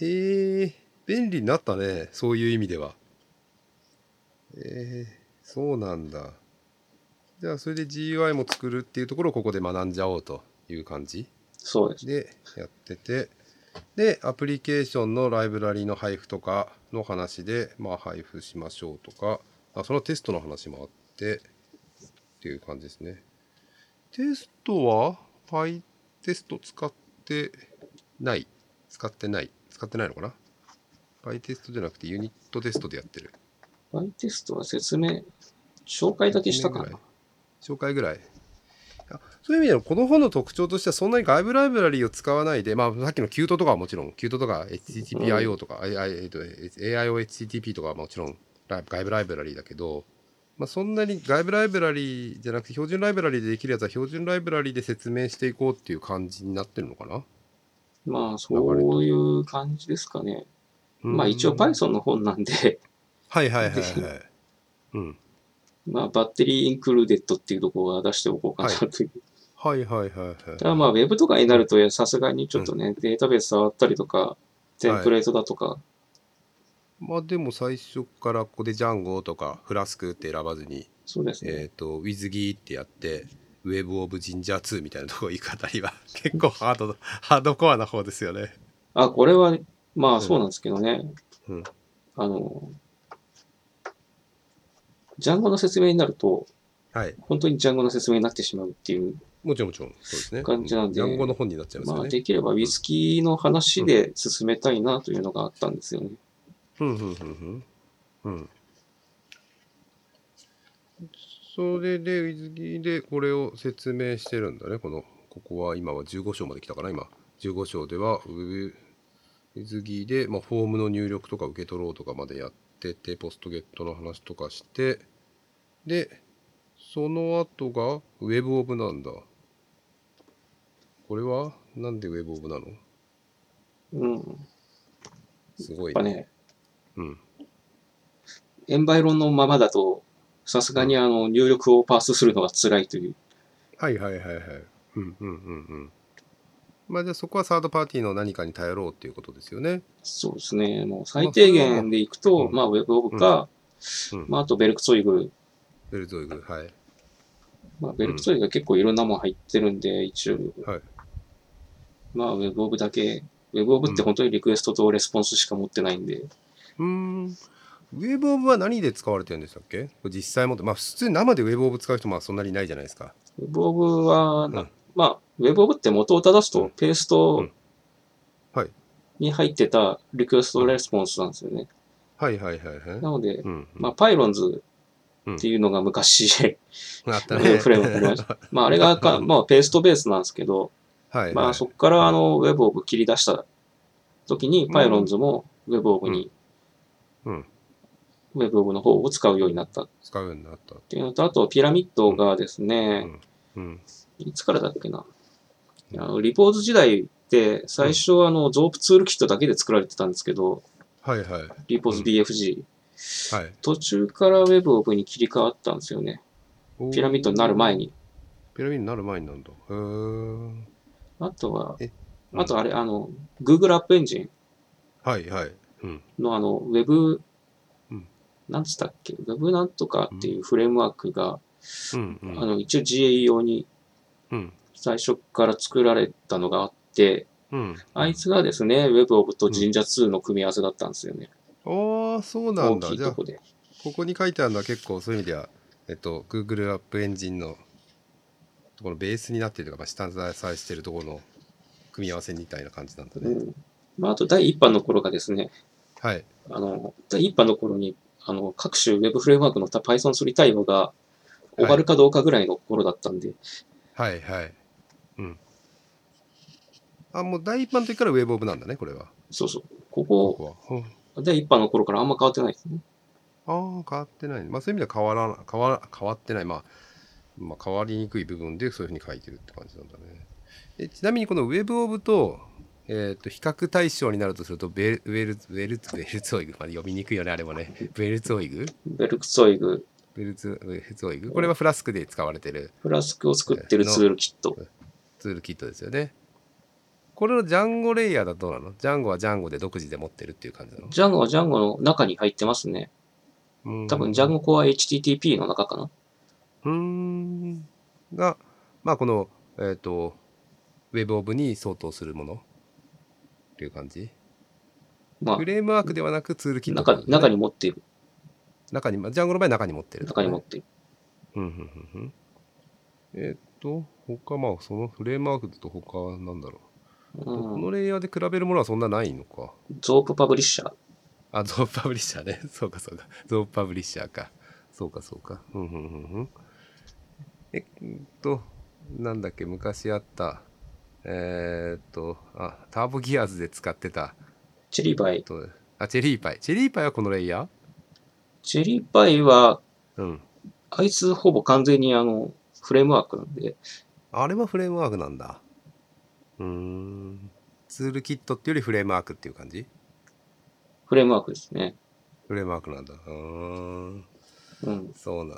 A: へえ、便利になったね、そういう意味では。えー、そうなんだ。じゃあ、それで GUI も作るっていうところをここで学んじゃおうという感じ
B: そうです。
A: でやってて、で、アプリケーションのライブラリの配布とかの話で、まあ、配布しましょうとか、あそのテストの話もあって、っていう感じですね。テストは ?PyTest 使ってない。使ってない。使ってないのかな ?PyTest じゃなくてユニットテストでやってる。
B: バイテストは説明、紹介だけしたかな。
A: 紹介ぐらい。あそういう意味ではこの本の特徴としてはそんなに外部ライブラリーを使わないで、まあ、さっきの Qt とかはもちろん Qt とか HTTPIO とか、あいあいえっと AIOHTTP とかはもちろんライ外部ライブラリーだけど、まあ、そんなに外部ライブラリーじゃなくて標準ライブラリーでできるやつは標準ライブラリーで説明していこうっていう感じになってるのかな
B: まあ、そういう感じですかね。まあ、一応
A: パイ
B: Python の本なんで、
A: はいはいはいはい。うん。
B: まあ、バッテリーインクルーデッドっていうところは出しておこうかなという。
A: はいはいはいはい。
B: ただまあ、ウェブとかになると、さすがにちょっとね、データベース触ったりとか、テンプレートだとか、
A: まあでも最初からここでジャンゴとかフラスクって選ばずに、
B: そうですね。
A: えっ、と、ウィズギーってやって、ウェブオブジンジャー2みたいなとこ行くあたりは <laughs> 結構ハード、ハードコアな方ですよね。
B: あ、これは、まあ、そうなんですけどね。
A: うん。
B: あの、ジャンゴの説明になると、
A: はい。
B: 本当にジャンゴの説明になってしまうっていう
A: もちろんもちろん、そうですね。
B: 感じなんで
A: うんジャンゴの本になっちゃいます
B: ま
A: よ
B: あ、
A: ね。
B: できればウィスキーの話で進めたいなというのがあったんですよね。
A: うん、うん、うん、うん。うん。それで、ウィズギーでこれを説明してるんだね。この、ここは今は15章まで来たかな、今。15章では、ウェブズギーで、まあ、フォームの入力とか受け取ろうとかまでやってて、ポストゲットの話とかして、で、その後が Web of なんだ。これはなんでウェブオブなの
B: うん。やっ
A: すごい
B: ぱ
A: ね。
B: ね、
A: うん。
B: エンバイロンのままだと、さすがにあの、入力をパースするのが辛いという。
A: はいはいはいはい。うんうんうんうん。まあじゃあそこはサードパーティーの何かに頼ろうっていうことですよね。
B: そうですね。もう最低限でいくと、
A: ま
B: まあ、ウェブオブか、
A: うん。
B: まあ、あとベルクツォイグ。
A: ベルゾイグ。はい。
B: まあ、ベルクツォイグが結構いろんなもん入ってるんで、一応、
A: はい
B: まあ、ウェブオブだけ、ウェブオブって本当にリクエストとレスポンスしか持ってないんで、
A: うーん。ウェブオブは何で使われてるんでしたっけこれ実際もって、まあ普通生でウェブオブ使う人もそんなにいないじゃないですか。
B: ウェブオブは、
A: ん
B: まあ、ウェブオブって元を正す
A: う
B: と
A: ん、
B: ペースト
A: うんはい
B: に入ってたリクエストレスポンスなんですよね。
A: はいはいはいはい。
B: なので、
A: うん。
B: まあ、パイロンズっていうの
A: <laughs>
B: が昔、
A: あった
B: ウェブ
A: ね。
B: <laughs> フレームがありました。まあ、あれがか、まあ、ペーストベースなんですけど、
A: <laughs> はい。
B: まあ、そこからあのウェブオブ切り出した時に、パイロンズもウェブオブに、
A: うんうん
B: ウェブオブの方を使うようになったっ
A: 使うようになった。
B: ていうのと、あとピラミッドがですね、
A: うん。
B: いつからだっけな
A: う。ん
B: あのリポーズ時代って、最初あの、ゾープツールキットだけで作られてたんですけど、
A: はいはい。
B: リポーズ
A: うん
B: BFG。
A: はい。
B: 途中からウェブオブに切り替わったんですよね。
A: おー
B: ピラミッドになる前。に。
A: ピラミッドになる前になんだ。へー
B: あとは
A: え、
B: あとあれ、あの、Google アップエンジン。
A: はいはい。うん。
B: のあの、ウェブ
A: うん、
B: なんつったっけ、ウェブなんとかっていうフレームワークが、
A: うんうん。
B: あの、一応 GA 用に
A: うん。
B: 最初から作られたのがあって、
A: うん。
B: あいつがですね、ウェブオブと神社2の組み合わせだったんですよね。
A: ああ、そうな
B: 大
A: んだ。
B: きい
A: じゃ
B: と
A: あ、
B: こで。
A: ここに書いてあるのは結構そういう意味では、えっと、Google アップエンジンのところのベースになっているというか、まあ、下支えしているところの組み合わせみたいな感じなんだね。
B: うん。まあ、あと第一版の頃がですね、
A: はい。
B: あの、第一版の頃に、あの、各種ウェブフレームワークの Python3 対応が終わるかどうかぐらいの頃だったんで、
A: はいはい。うん。あ、もう第一版の時からウェブオブなんだね、これは。
B: そうそう。こ
A: こ
B: こ、
A: こは。うん
B: 第一版の頃からあんま変わってないですね。
A: ああ、変わってないね。まあそういう意味では変わらな変わら変わってない。まあ、まあ変わりにくい部分でそういうふうに書いてるって感じなんだね。えちなみにこのウェブオブと、えっ、と、比較対象になるとすると、ベルウェル、ウェル、ウェルツオイグ。 <laughs> まあ、読みにくいよね、あれもね。ベルツオイグ
B: ベルクツォイグ、
A: ベルツ、ベルツオイグ。これはフラスクで使われてる
B: フラスクを作ってるツールキット。
A: ツールキットですよね。これのジャンゴレイヤーだとどうなのジャンゴはジャンゴで独自で持ってるっていう感じなの
B: ジャンゴはジャンゴの中に入ってますね。多分ジャン
A: ゴ
B: ゴコア HTTP の中かな。
A: うーんが、まあ、この、えっ、と、ウェブオブに相当するものっていう感じ。
B: まあ
A: フ、レームワークではなくツールキットって
B: 中
A: こと
B: に
A: ね、
B: 中に持っている。
A: 中に、まあジャンゴの場合中に持ってると
B: 中
A: かね、
B: に持っている。
A: うんうんうんうん。えっ、と、他、まあ、そのフレームワークだと他はなんだろ
B: う
A: う。こ
B: ん、
A: のレイヤーで比べるものはそんなないのか。
B: ゾープパブリッシャー。
A: あ、ゾープパブリッシャーね。 <laughs> そうかそうか。ゾープパブリッシャーか。そうかそうか。うんうんうんうん。えうんと、なんだっけ、昔あった、えーっと、あ、ターボギアーズで使ってた、
B: チェリーパ
A: えっ
B: イ。
A: と、あ、チェリーパイ。チェリーパイはこのレイヤー
B: チェリーパイは、
A: うん。
B: あいつほぼ完全にあの、フレームワークなんで、
A: あれはフレームワークなんだ。うーん。ツールキットってよりフレームワークっていう感じ
B: フレームワークですね。
A: フレームワークなんだ。うーん。
B: うん。
A: そうなんだ。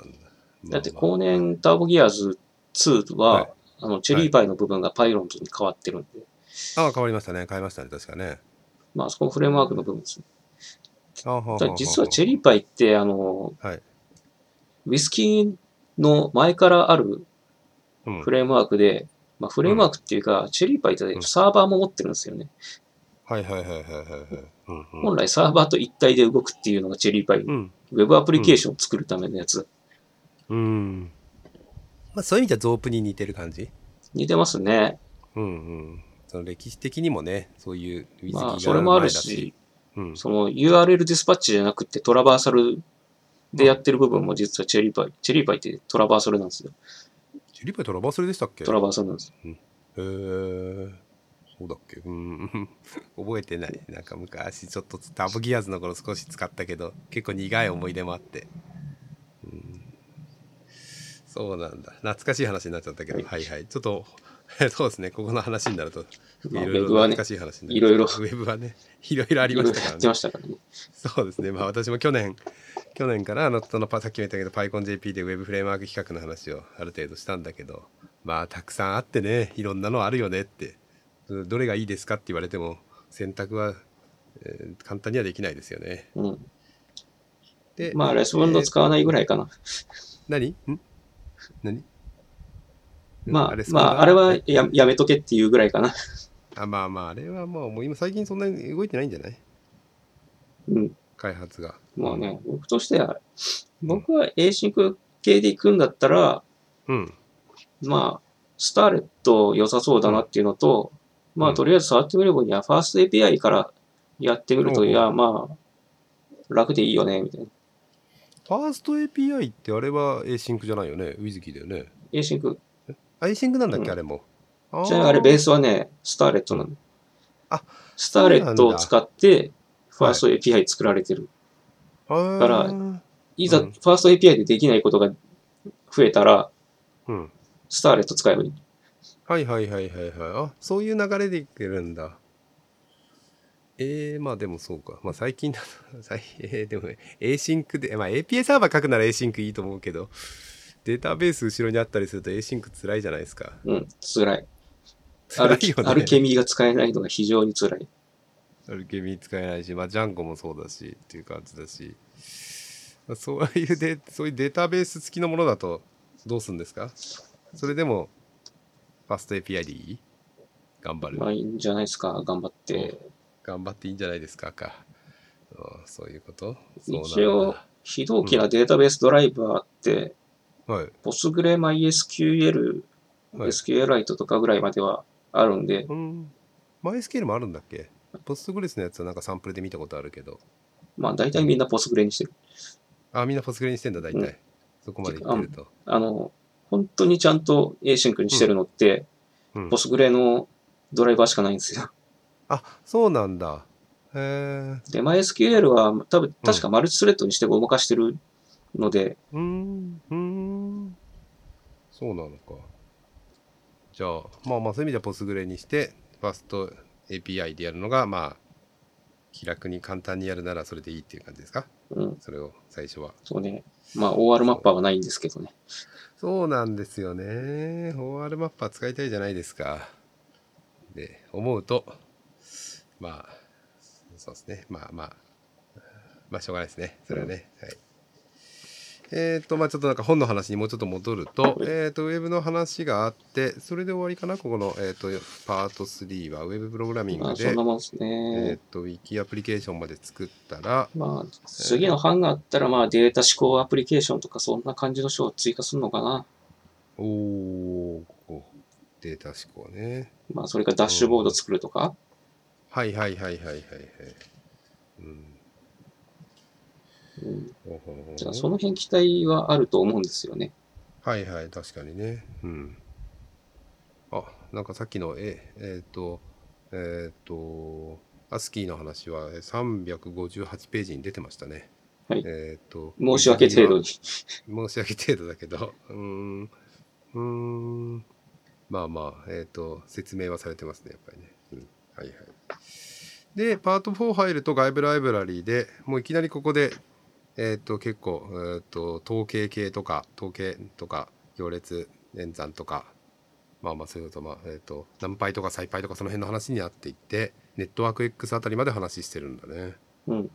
B: だって、
A: まあまあ
B: 後年ターボギアーズ2は、
A: はい
B: あの、チェリーパイの部分がパイロンズに変わってるんで、
A: あ、変わりましたね。変えましたね。確かね。
B: まあ、そこもフレームワークの部分ですね。
A: あはあはあ
B: た
A: は
B: だ
A: あ
B: 実はチェリーパイって、あの、
A: はい
B: ウイスキーの前からある
A: うん
B: フレームワークで、まあ、フレームワークっていうか、チェリーパイって
A: ん
B: サーバーも持ってるんですよね。
A: はいはいはいはいはいはい。うんうん
B: 本来サーバーと一体で動くっていうのがチェリーパイ、ウ
A: うん。
B: ェブアプリケーションを作るためのやつ。
A: うん。まあそういう意味じゃゾープに似てる感じ。
B: 似てますね。
A: うんうん。その歴史的にもね、そういう水着
B: まあ、
A: が
B: それもあるし、、
A: うん。
B: その URL ディスパッチじゃなくてトラバーサルでやってる部分も実はチェリーパイ、チェリーパイってトラバーサルなんですよ。
A: チェリーパイトラバーサルでしたっけ
B: トラバーサルなんです。
A: へーそうだっけうん。 <laughs> 覚えてない。なんか昔ちょっとダブギアーズの頃少し使ったけど、結構苦い思い出もあって。うんそうなんだ。懐かしい話になっちゃったけど、
B: は
A: はいいはい。ちょっと <laughs> そうですね、ここの話になると、い
B: まあ
A: ろい
B: ウェ
A: ろ
B: ブは
A: 懐
B: ね
A: かしい話になる。
B: いろいろ
A: ウェブはね、いろいろあり
B: いろ
A: ま
B: いろ
A: し
B: や
A: たから
B: っ
A: ね
B: て。ましたからね。
A: そうですね、まあ、私も去年去年からあのそのパさっきも言ったけど PyConJP で Web フレームワーク比較の話をある程度したんだけどまあたくさんあってねいろんなのあるよねってうんどれがいいですかって言われても選択は、えー簡単にはできないですよね。
B: うん。
A: で
B: まあ、レスポンド使わないぐらいかな。
A: 何ん何
B: まあ
A: レ、スポ
B: ま
A: ンダー
B: あ、あれはややめとけっていうぐらいかな。
A: あまあまああれはもうもう今最近そんなに動いてないんじゃない
B: うん。
A: 開発が。
B: まあね、僕としては、僕は Async 系で行くんだったら、
A: うん
B: まあ、スターレット良さそうだなっていうのと、ま
A: う
B: あ、
A: ん
B: とりあえず触ってみる分には、ファースト API からやってみる
A: お
B: と、
A: う
B: いや、まあ、楽でいいよね、みたいな。
A: ファースト API ってあれは Async じゃないよね WizKey だよね。
B: Async。
A: アイシングなんだっけ、
B: うん
A: あれも。
B: ちなみにあれ、ベー
A: ス。
B: スはね、スターレットなの。
A: あ、
B: スターレットを使って、ファースト API 作られてる。
A: だ
B: から
A: うん。
B: いざ、
A: う
B: フ
A: ん
B: ァースト API でできないことが増えたら、スターレット使えばいい。
A: はいはいはいはいはい。あ、そういう流れでいけるんだ。えー、まあでもそうか。まあ最近だと、 <laughs> 最えー、でもね、Async で、まあ API サーバー書くなら Async いいと思うけど、データベース後ろにあったりすると Async 辛いじゃないですか。
B: うん、辛い。
A: 辛
B: 歩
A: い
B: き
A: よね。
B: 歩けみが使えないのが非常に辛い。
A: アルケミー使えないし、まあ、ジャンゴもそうだしっていう感じだし、まあそういうデそういうデータベース付きのものだとどうするんですかそれでも、ファースト API でいい頑張る。
B: まあいいんじゃないですか、頑張って。
A: 頑張っていいんじゃないですかか。うんそういうことそうなんだ
B: 一応、非同期なデータベースドライバーって、
A: はい。
B: Postgre、MySQL、
A: はい
B: SQLite とかぐらいまではあるんで、
A: うん。マイスケールもあるんだっけポストグレスのやつはなんかサンプルで見たことあるけど。
B: まあ大体みんな Postgre にしてる。
A: あ、みんなポストグレにしてんだ、大体。
B: うん
A: そこまでいってると。
B: あの、本当にちゃんと Async にしてるのって、
A: うん、
B: Postgre のドライバーしかないんですよ。 <laughs>
A: あ、そうなんだ。へえ。
B: で、MySQL は多分、確かマルチスレッドにしてごまかしてるので、
A: うーん、うーん。そうなのか。じゃあ、まあまあそういう意味ではポスグレにして、ファースト API でやるのが、まあ、気楽に簡単にやるならそれでいいっていう感じですか
B: うん、
A: それを最初は。
B: そうね。まあ OR マッパーはないんですけどね。
A: そうなんですよね。OR マッパー使いたいじゃないですか。で、思うと、まあ、そうですね。まあまあ、まあしょうがないですね。それはね。はい。えっ、と、まあちょっとなんか本の話にもうちょっと戻ると、えっ、と、ウェブの話があって、それで終わりかな、ここの、えっ、と、パート3は、ウェブプログラミン
B: ま
A: グ
B: あそ
A: で
B: んな、もんです
A: えっ、
B: ね。
A: と、Wiki アプリケーションまで作ったら、
B: まあ次の班があったらまあデータ指向アプリケーションとかそんな感じの書を追加するのかな。
A: おー、ここ、データ思考ね。
B: まあそれかダッシュボード作るとか。
A: はいはいはいはいはいはい。うん。
B: うん、
A: ほうほうほう
B: じゃあその辺期待はあると思うんですよね。
A: はいはい、確かにね。うん。あ、なんかさっきの、え、えっ、と、えっ、と、アスキーの話はえ358ページに出てましたね。
B: はい
A: えっ、と、
B: 申し訳程度に。
A: 申し訳程度だけど、うーん、うーん、まあまあ、えっ、と、説明はされてますね、やっぱりね。うん、はいはい。で、パート4入ると外部ライブラリーでもういきなりここで、えっ、と、結構、えっ、と、統計系とか、統計とか、行列、演算とか、まあまあそういうこと、まあ、えっ、と、何倍とか再倍とかその辺の話になっていって、ネットワーク X あたりまで話してるんだね。
B: うん。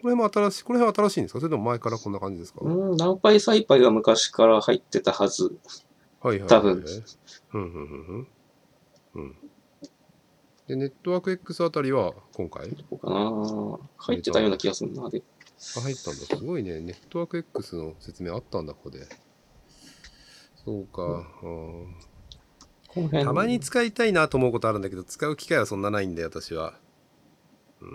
A: これも新しい、この辺は新しいんですかそれとも前からこんな感じですか、
B: うん、ナンパイサイパイは昔から入ってたはず。
A: はいはいはいはい、
B: 多分
A: うんうんうんうん。うん。で、ネットワーク X あたりは今回
B: どうかな入ってたような気がするな。で、
A: あ入ったんだ。すごいね。ネットワーク X の説明あったんだ、ここで。そうか。うん
B: この辺
A: たまに使いたいなと思うことあるんだけど、使う機会はそんなないんで、私は。う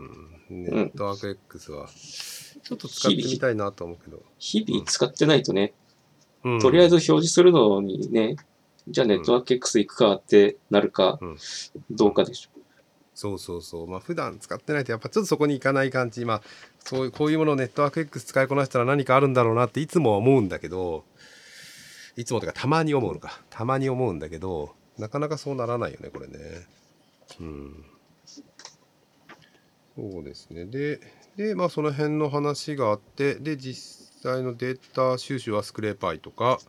A: ん。ネットワーク X は。ちょっと使ってみたいなと思うけど。
B: 日々使ってないとね、
A: うん
B: とりあえず表示するのにね、じゃあネットワーク X 行くかってなるか
A: うん、
B: どうかでしょ。
A: そうそうそう。まあ普段使ってないとやっぱちょっとそこに行かない感じ。まあそういう、こういうものをネットワーク X 使いこなしたら何かあるんだろうなっていつもは思うんだけど、いつもというかたまに思うのか。たまに思うんだけど、なかなかそうならないよね、これね。うん。そうですね。で、で、まあその辺の話があって、で、実際のデータ収集はスクレーパイとか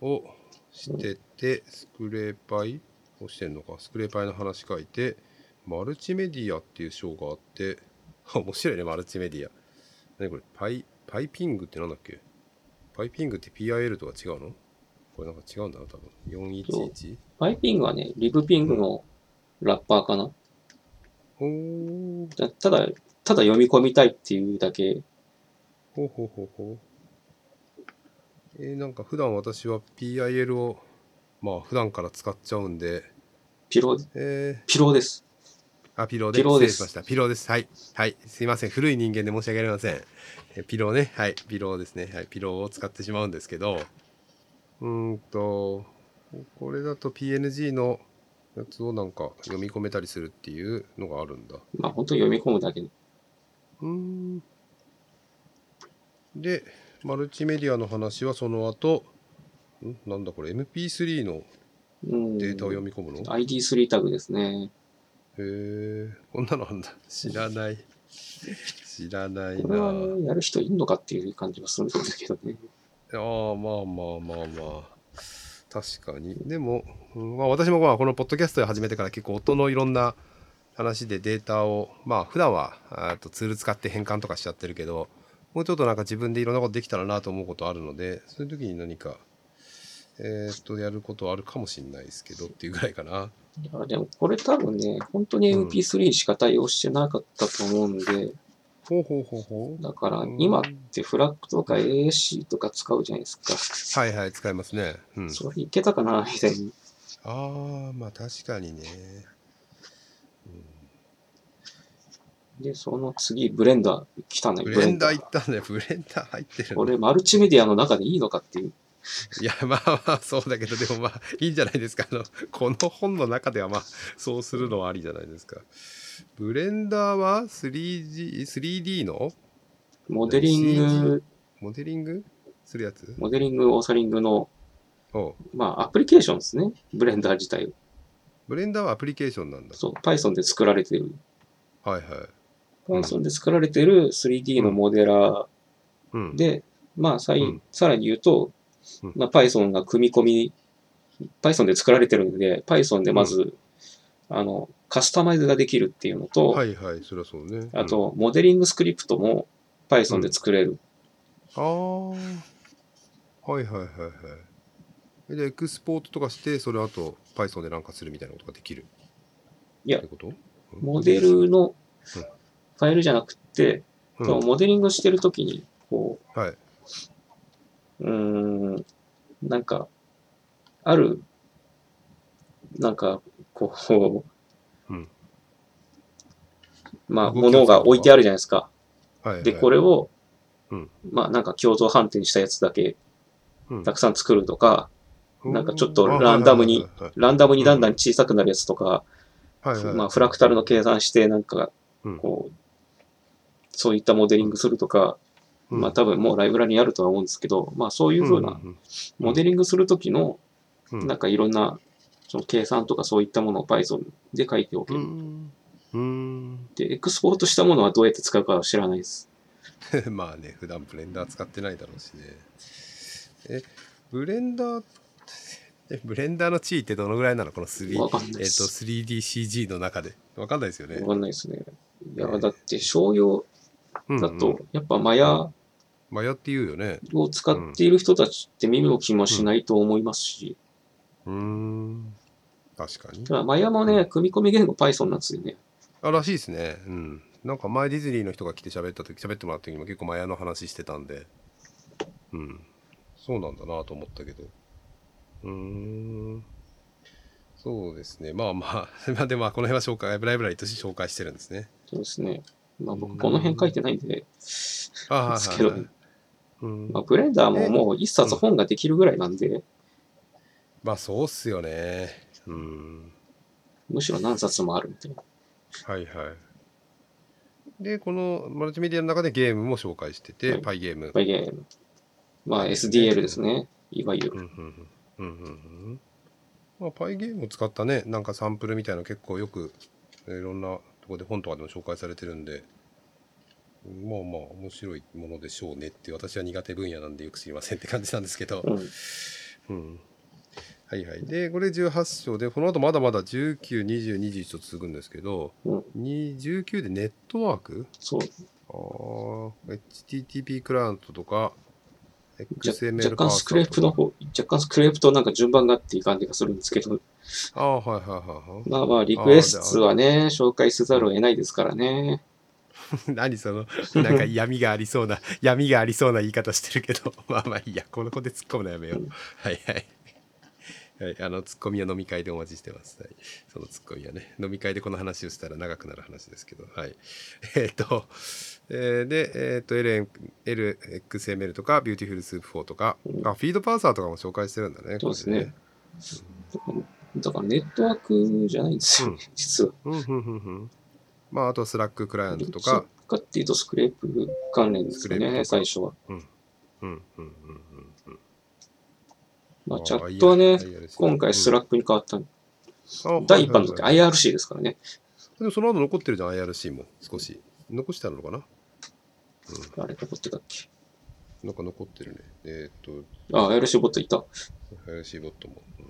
A: をしてて、スクレーパイをしてんのか、スクレーパイの話書いて、マルチメディアっていう章があって、 <laughs> 面白いね、マルチメディア。何これ、パイ、パイピングってなんだっけパイピングって PIL とは違うのこれなんか違うんだな、多分。411?
B: パイピングはね、リブピングのラッパーかな。
A: ほー。
B: だただ、ただ読み込みたいっていうだけ。
A: ほうほうほうほう。えーなんか普段私は PIL を、まあ普段から使っちゃうんで、
B: ピロ、
A: え
B: ピロです。
A: ー、あ、ピローで
B: ピローです
A: 失礼しました。ピローです。はい。はい。すいません。古い人間で申し訳ありません。えーピローね。はい。ピローですね。はい。ピローを使ってしまうんですけど、うーんと、これだと PNG のやつをなんか読み込めたりするっていうのがあるんだ。
B: まあ本当に読み込むだけ。
A: うーんで、マルチメディアの話はその後、んなんだこれ、MP3 の
B: うん。
A: データを読み込むの、へ
B: ID3 タグですね。
A: え、こんなのあんだ。知らない。知らない
B: これ
A: な
B: は
A: ぁ。
B: やる人いんのかっていう感じはするんだけどね。
A: ああ、まあまあまあまあ。確かに。でも、うんまあ、私もまあこのポッドキャストを始めてから結構音のいろんな話でデータを、まあ普段はあとツール使って変換とかしちゃってるけど、もうちょっとなんか自分でいろんなことできたらなと思うことあるので、そういう時に何か、えーっと、やることあるかもしれないですけどっていうぐらいかな。
B: いやでもこれ多分ね、本当に
A: うん
B: MP3 しか対応してなかったと思うんで、
A: ほうほうほうほう。
B: だから
A: うん
B: 今ってフラッグとか AAC とか使うじゃないですか。
A: はいはい、使いますね。うん。
B: それいけたかなみたいに。
A: ああ、まあ確かにね。
B: で、その次、ブレンダー来たね、
A: ブレンダー行ったね。ブレンダー入ってるね
B: これマルチメディアの中でいいのかっていう。
A: いや、 <laughs> まあまあ、そうだけど、でもまあ、いいんじゃないですか。あの、この本の中ではまあ、そうするのはありじゃないですか。ブレンダーは 3G、3D の
B: モデリング、
A: モデリングするやつ
B: モデリング、オーサリングの、
A: おう
B: まあ、アプリケーションですね。ブレンダー自体。
A: ブレンダーはアプリケーションなんだ。
B: そう、Python で作られてる。
A: はいはい。うん
B: Python で作られてる 3D のモデラ
A: うん。
B: ーで、まあ、さい
A: うん
B: さらに言うと、
A: うん
B: まあ、Python が組み込み、Python で作られてるので、Python でまず、あの、カスタマイズができるっていうのと、
A: はいはい、そりゃそうね。
B: あと、モデリングスクリプトも Python で作れる。
A: うん、ああ。はいはいはいはい。で、エクスポートとかして、それあと Python でなんかするみたいなことができる。
B: いや
A: ってこと
B: モデルのファイルじゃなくて、
A: うん
B: でもモデリングしてるときに、こ
A: はい。
B: う、うーん、なんか、ある、なんか、こう、
A: うん
B: まあ、
A: 動きを作る
B: 物が置いてあるじゃないですか。
A: はい、はい。
B: で、これを、
A: うん
B: まあ、なんか共同反転したやつだけ
A: うん、
B: たくさん作るとか、なんかちょっとランダムにランダムにだんだん小さくなるやつとか、
A: はいはい、
B: まあ、フラクタルの計算して、なんか
A: うん、
B: こう、そういったモデリングするとか、まあ多分もうライブラリにあるとは思うんですけど、まあそう
A: う
B: い
A: ん
B: うふうな、
A: ん
B: モデリングするときの、
A: うんうん
B: なんかいろんな、その計算とかそういったものを Python で書いておけ
A: う
B: る。
A: んうん <laughs>
B: で、エクスポートしたものはどうやって使うかは知らないです。
A: まあね普段ブレンダー使ってないだろうしねえブレンダーえブレンダーの地位ってどのぐらいなのこの3
B: わかんない
A: えっ
B: です
A: と 3DCG の中でわかんないですよね
B: わかんないですね。いや
A: ええ、
B: だって商用だ
A: うんうん
B: と、やっぱマヤ
A: マヤって言うよね
B: を使っている人たちって見向きもしないと思いますし、
A: うーん確かに
B: ただマヤもね、組み込み言語 Python なんですよね。
A: あらしいですねうんなんか前ディズニーの人が来て喋った時喋ってもらった時も結構マヤの話してたんでうんそうなんだなと思ったけどうーんそうですねまあまあ <laughs> まあでもまあこの辺は紹介ライブラリとして紹介してるんですね
B: そうですね。まあ僕この辺書いてないんで、
A: ああ
B: ですけど
A: はいはいうん
B: まあ、ブレンダーももう一冊本ができるぐらいなんで、
A: まあそうっすよねうん
B: むしろ何冊もあるみたいな。
A: はいはいでこのマルチメディアの中でゲームも紹介してて、
B: はい
A: パイゲーム
B: まあ、いやいやまあ、SDL ですね。いわゆ
A: う
B: る。
A: んうんうんうんうんうんうんまあ、パイゲームを使ったね、なんかサンプルみたいなの結構よく、えーいろんなとこで本とかでも紹介されてるんで、まあまあ面白いものでしょうねって、私は苦手分野なんでよく知りませんって感じなんですけど。
B: うん。
A: うん。はいはい。で、これ18章で、この後まだまだ19、20、21と続くんですけど、
B: うん
A: に19でネットワーク
B: そう。
A: あー HTTP クライアントとか、
B: じゃ
A: XML
B: 若干スクレープの
A: 方。
B: 方、若干スクレープとなんか順番があっていい感じがするんですけど、
A: ああ、はいはいはいはい。
B: まあまあ、リクエストはね、紹介せざるを得ないですからね。
A: <laughs> 何そのなんか闇がありそうな闇がありそうな言い方してるけど <laughs> まあまあいいやこの子で突っ込むのやめようはいはいはいあの突っ込みは飲み会でお待ちしてます、はい、その突っ込みはね飲み会でこの話をしたら長くなる話ですけどはい <laughs> えっ、と、えーでえっ、と LN LXML とかビューティフルスープ4とかあフィードパーサーとかも紹介してるんだね
B: そうですねだからネットワークじゃないんですよ、
A: うん
B: 実は。
A: これねうんうんうんうんまああとはスラッククライアントと
B: どっ
A: か
B: ちかっていうとスクレープ関連ですよ
A: スクレープと
B: ね、
A: か
B: 最初は。
A: うんうんうんうん
B: まあ、
A: あー
B: チャットはね、
A: IRC
B: 今回スラックに変わった、
A: うん
B: 第1版の時
A: あはいはいはい
B: IRC ですからね。
A: でもその後残ってるじゃん IRC も少し残してあるのかな
B: あれ、どこってたっけ
A: なんか残ってるねえーっ
B: あ、IRC ボットいた。
A: と IRC ボットも、うん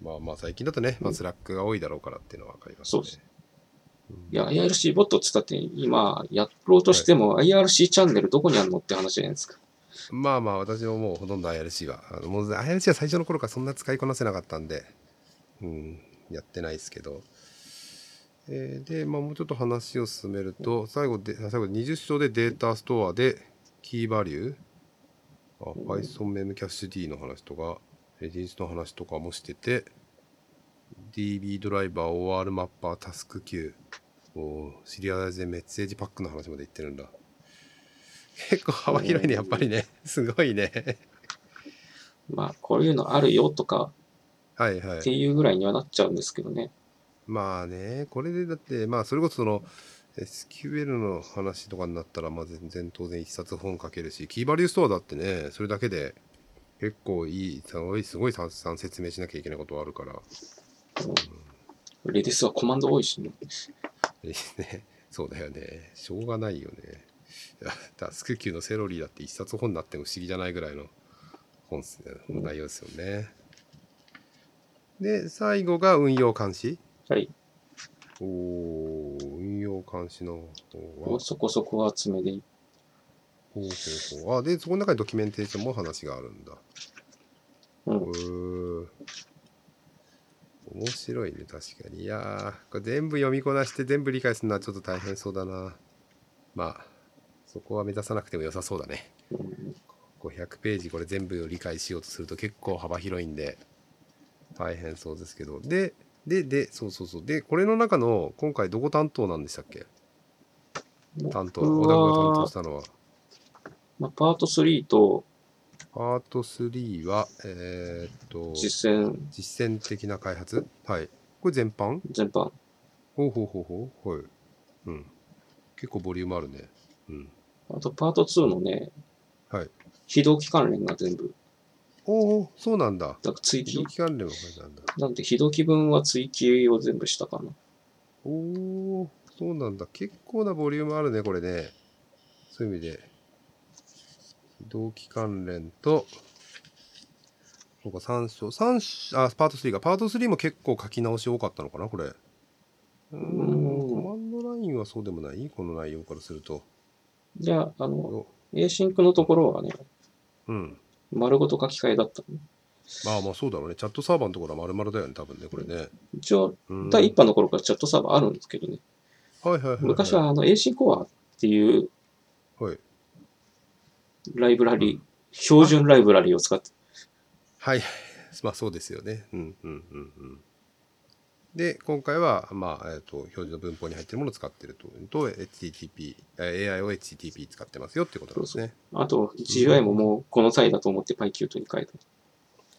A: まあまあ最近だとね、まあ、スラックが多いだろうからっていうのは分かります
B: そう
A: ね
B: ですいや、IRC ボットって言ったって、今、やろうとしても IRC チャンネルどこにあるのって話じゃないですか。
A: まあまあ私ももうほとんど IRC はあのもう IRC は最初の頃からそんな使いこなせなかったんで、うん、やってないですけど、えーで、まあ、もうちょっと話を進めると最後で最後で20章でデータストアでキーバリューあ Python メムキャッシュ D の話とかレディースの話とかもしてて DB ドライバー OR マッパータスク Q おーシリアライズでメッセージパックの話まで言ってるんだ結構幅広いねやっぱりねすごいね
B: まあ、こういうのあるよとか
A: はいはい
B: っていうぐらいにはなっちゃうんですけどね。
A: まあね、これでだって、まあそれこそその SQL の話とかになったら、まあ全然当然一冊本書けるし、キーバリューストアだってね、それだけで結構いい、すごい、すごいたくさん説明しなきゃいけないことはあるから、
B: レディスはコマンド多いしね。
A: いいね、そうだよね、しょうがないよね。いやタスク級のセロリだって一冊本になっても不思議じゃないぐらいの本っすね、内容ですよね。で、最後が運用監視。
B: はい。
A: おー運用監視の方は。
B: そこそこ厚めでいい。
A: ほうほうほう。あ、で、そこの中にドキュメンテーションも話があるんだ。
B: う。
A: うんーん。面白いね、確かに。いやー、これ全部読みこなして全部理解するのはちょっと大変そうだな。まあ、そこは目指さなくても良さそうだね。
B: うん
A: 500ページこれ全部を理解しようとすると結構幅広いんで、大変そうですけど。で、で、で、そうそうそう。で、これの中の、今回どこ担当なんでしたっけ担当、小
B: 僕
A: 田君が担当
B: は
A: し、たのは。
B: まあ、パート3と
A: パート3は、えーっと、
B: 実践
A: 実践的な開発はい。これ全般
B: 全般。
A: ほうほうほうほう。はい。うん。結構ボリュームあるね。うん。
B: あと、パート2のね、
A: はい。
B: 非同期関連が全部。
A: おお、そうなんだ。
B: だから追
A: 非常
B: 記。
A: 期関連も書いてあるんだ。
B: なんで、非同期分は追記を全部したかな。
A: おお、そうなんだ。結構なボリュームあるね、これね。そういう意味で。非同期関連と、そうか、3章、三章、あ、パート3か。パート3も結構書き直し多かったのかな、これ。うーん、
B: うん
A: コマンドラインはそうでもないこの内容からすると。
B: じゃあ、あの、
A: お
B: Async のところはね、
A: うん。
B: 丸ごと書き換えだったの。
A: まあまあそうだろうね。チャットサーバーのところは丸々だよね、多分ね、これね。
B: 一応、
A: うん
B: 第1波の頃からチャットサーバーあるんですけどね。
A: はいはいはい、はい。
B: 昔は、あの、Async コアっていう
A: はい。
B: ライブラリ、標準ライブラリを使って、
A: はい。 <laughs> まあそうですよね。うんうんうんうん。で、今回は、まあ、えっ、と、表示の文法に入ってるものを使ってると。と、HTTP、え AI を HTTP 使ってますよっていうことなんですね。
B: あと GUI ももうこの際だと思って PyQt に変えた。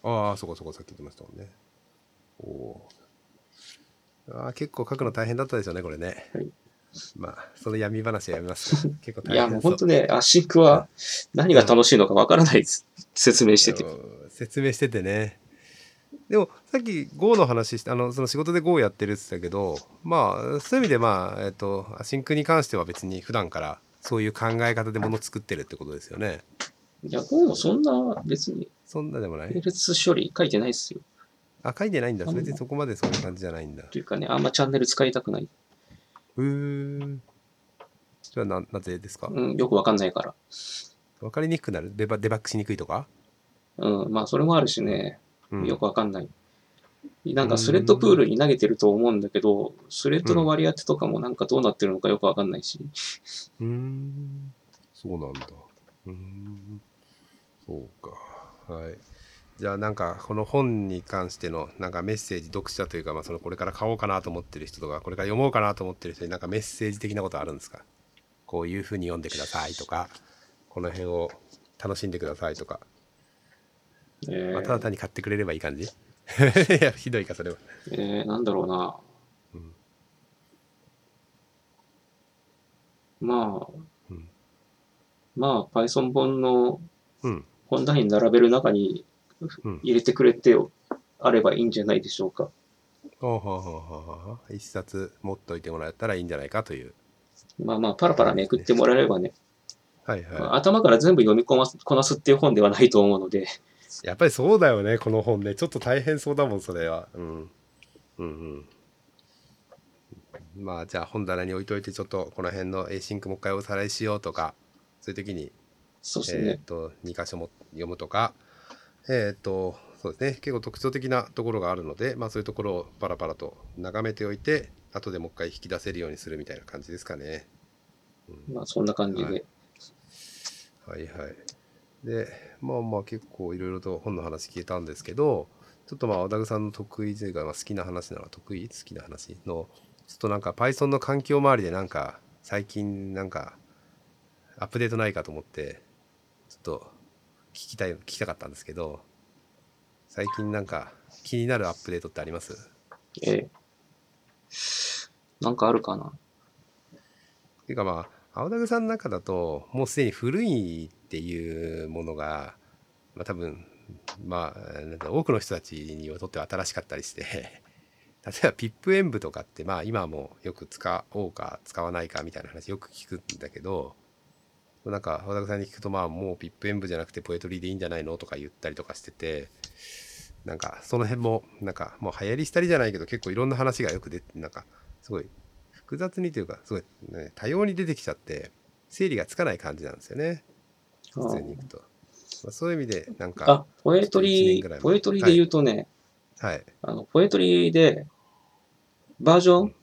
A: ああ、そこそこさっき言ってましたもんね。おおー。ああ、結構書くの大変だったでしょうね、これね。
B: はい
A: まあ、その闇話はやめます
B: <laughs>
A: か。結構
B: い
A: 大変そう
B: や、もう本当ね、アシンクは <laughs> 何が楽しいのかわからないです説明してて。
A: うん説明しててねでもさっき Go の話してあのその仕事で Go をやってるって言ってたけどまあそういう意味でまあえっとアシンクに関しては別に普段からそういう考え方でもの作ってるってことですよね。
B: いや、Go もそんな別に
A: そんなでもない
B: 並列処理書いてないですよ。
A: あ書いてないんだ別にそこまでそういう感じじゃないんだ。
B: というかね、あんまチャンネル使いたくない。
A: うーんそれはななぜですか
B: うん、よくわかんないから。
A: 分かりにくくなるデバデバッグしにくいとか
B: うん、まあそれもあるしね、
A: うん
B: よくわかんない。なんかスレッドプールに投げてると思うんだけど、スレッドの割り当てとかもなんかどうなってるのかよくわかんないし、
A: うーん、そうなんだ。うーん、そうか。はい。じゃあなんかこの本に関してのなんかメッセージ読者というかまあそのこれから買おうかなと思ってる人とかこれから読もうかなと思ってる人になんかメッセージ的なことあるんですかこういうふうに読んでくださいとかこの辺を楽しんでくださいとか、
B: え
A: まあ、た
B: ー
A: だ単に買ってくれればいい感じ <laughs> いやひどいかそれは
B: えーなんだろうな。
A: うん
B: まあ、
A: うん
B: まあ Python 本の
A: うん
B: 本題に並べる中に
A: うん
B: 入れてくれてあればいいんじゃないでしょうか。
A: おうほうほうほうほう一冊持っといてもらったらいいんじゃないかという
B: まあまあ、パラパラめくってもらえればね、
A: はいはい、
B: まあ頭から全部読み込ますこなすっていう本ではないと思うので、 <laughs>
A: やっぱりそうだよね、この本ね。ちょっと大変そうだもん、それは。うん。うんうん。まあ、じゃあ本棚に置いといて、ちょっとこの辺の A シンクもう一回おさらいしようとか、そういう時に、
B: そうです
A: え
B: ね
A: っ。と、2箇所も読むとか、えっと、そうですね、結構特徴的なところがあるので、まあそういうところをパラパラと眺めておいて、後でもう一回引き出せるようにするみたいな感じですかね。
B: まあ、そんな感じ
A: は
B: で。
A: はいはい。で、まあまあ結構いろいろと本の話聞いたんですけど、ちょっとまあ、小田具さんの得意というか、まあ、好きな話なら得意好きな話の、ちょっとなんか Python の環境周りでなんか、最近なんか、アップデートないかと思って、ちょっと聞きたい、聞きたかったんですけど、最近なんか気になるアップデートってあります
B: ええなんかあるかな。
A: っていうかまあ青田さんの中だともうすでに古いっていうものが、まあ、多分まあなんか多くの人たちにとっては新しかったりして <laughs> 例えばピップ演舞とかってまあ今もよく使おうか使わないかみたいな話よく聞くんだけどなんか青田さんに聞くとまあもうピップ演舞じゃなくてポエトリーでいいんじゃないのとか言ったりとかしてて。なんかその辺もなんかもう流行りしたりじゃないけど結構いろんな話がよく出てなんかすごい複雑にというかすごい、ね、多様に出てきちゃって整理がつかない感じなんですよね
B: あ
A: 普通にいくと、まあ、そういう意味でなん
B: あ
A: か
B: ポエ
A: ち
B: ト
A: ょっと一
B: リ
A: 年ぐらい
B: ー、
A: 前
B: ポエトリーで言うとね、
A: はい
B: あの、ポエトリーで、バージョン、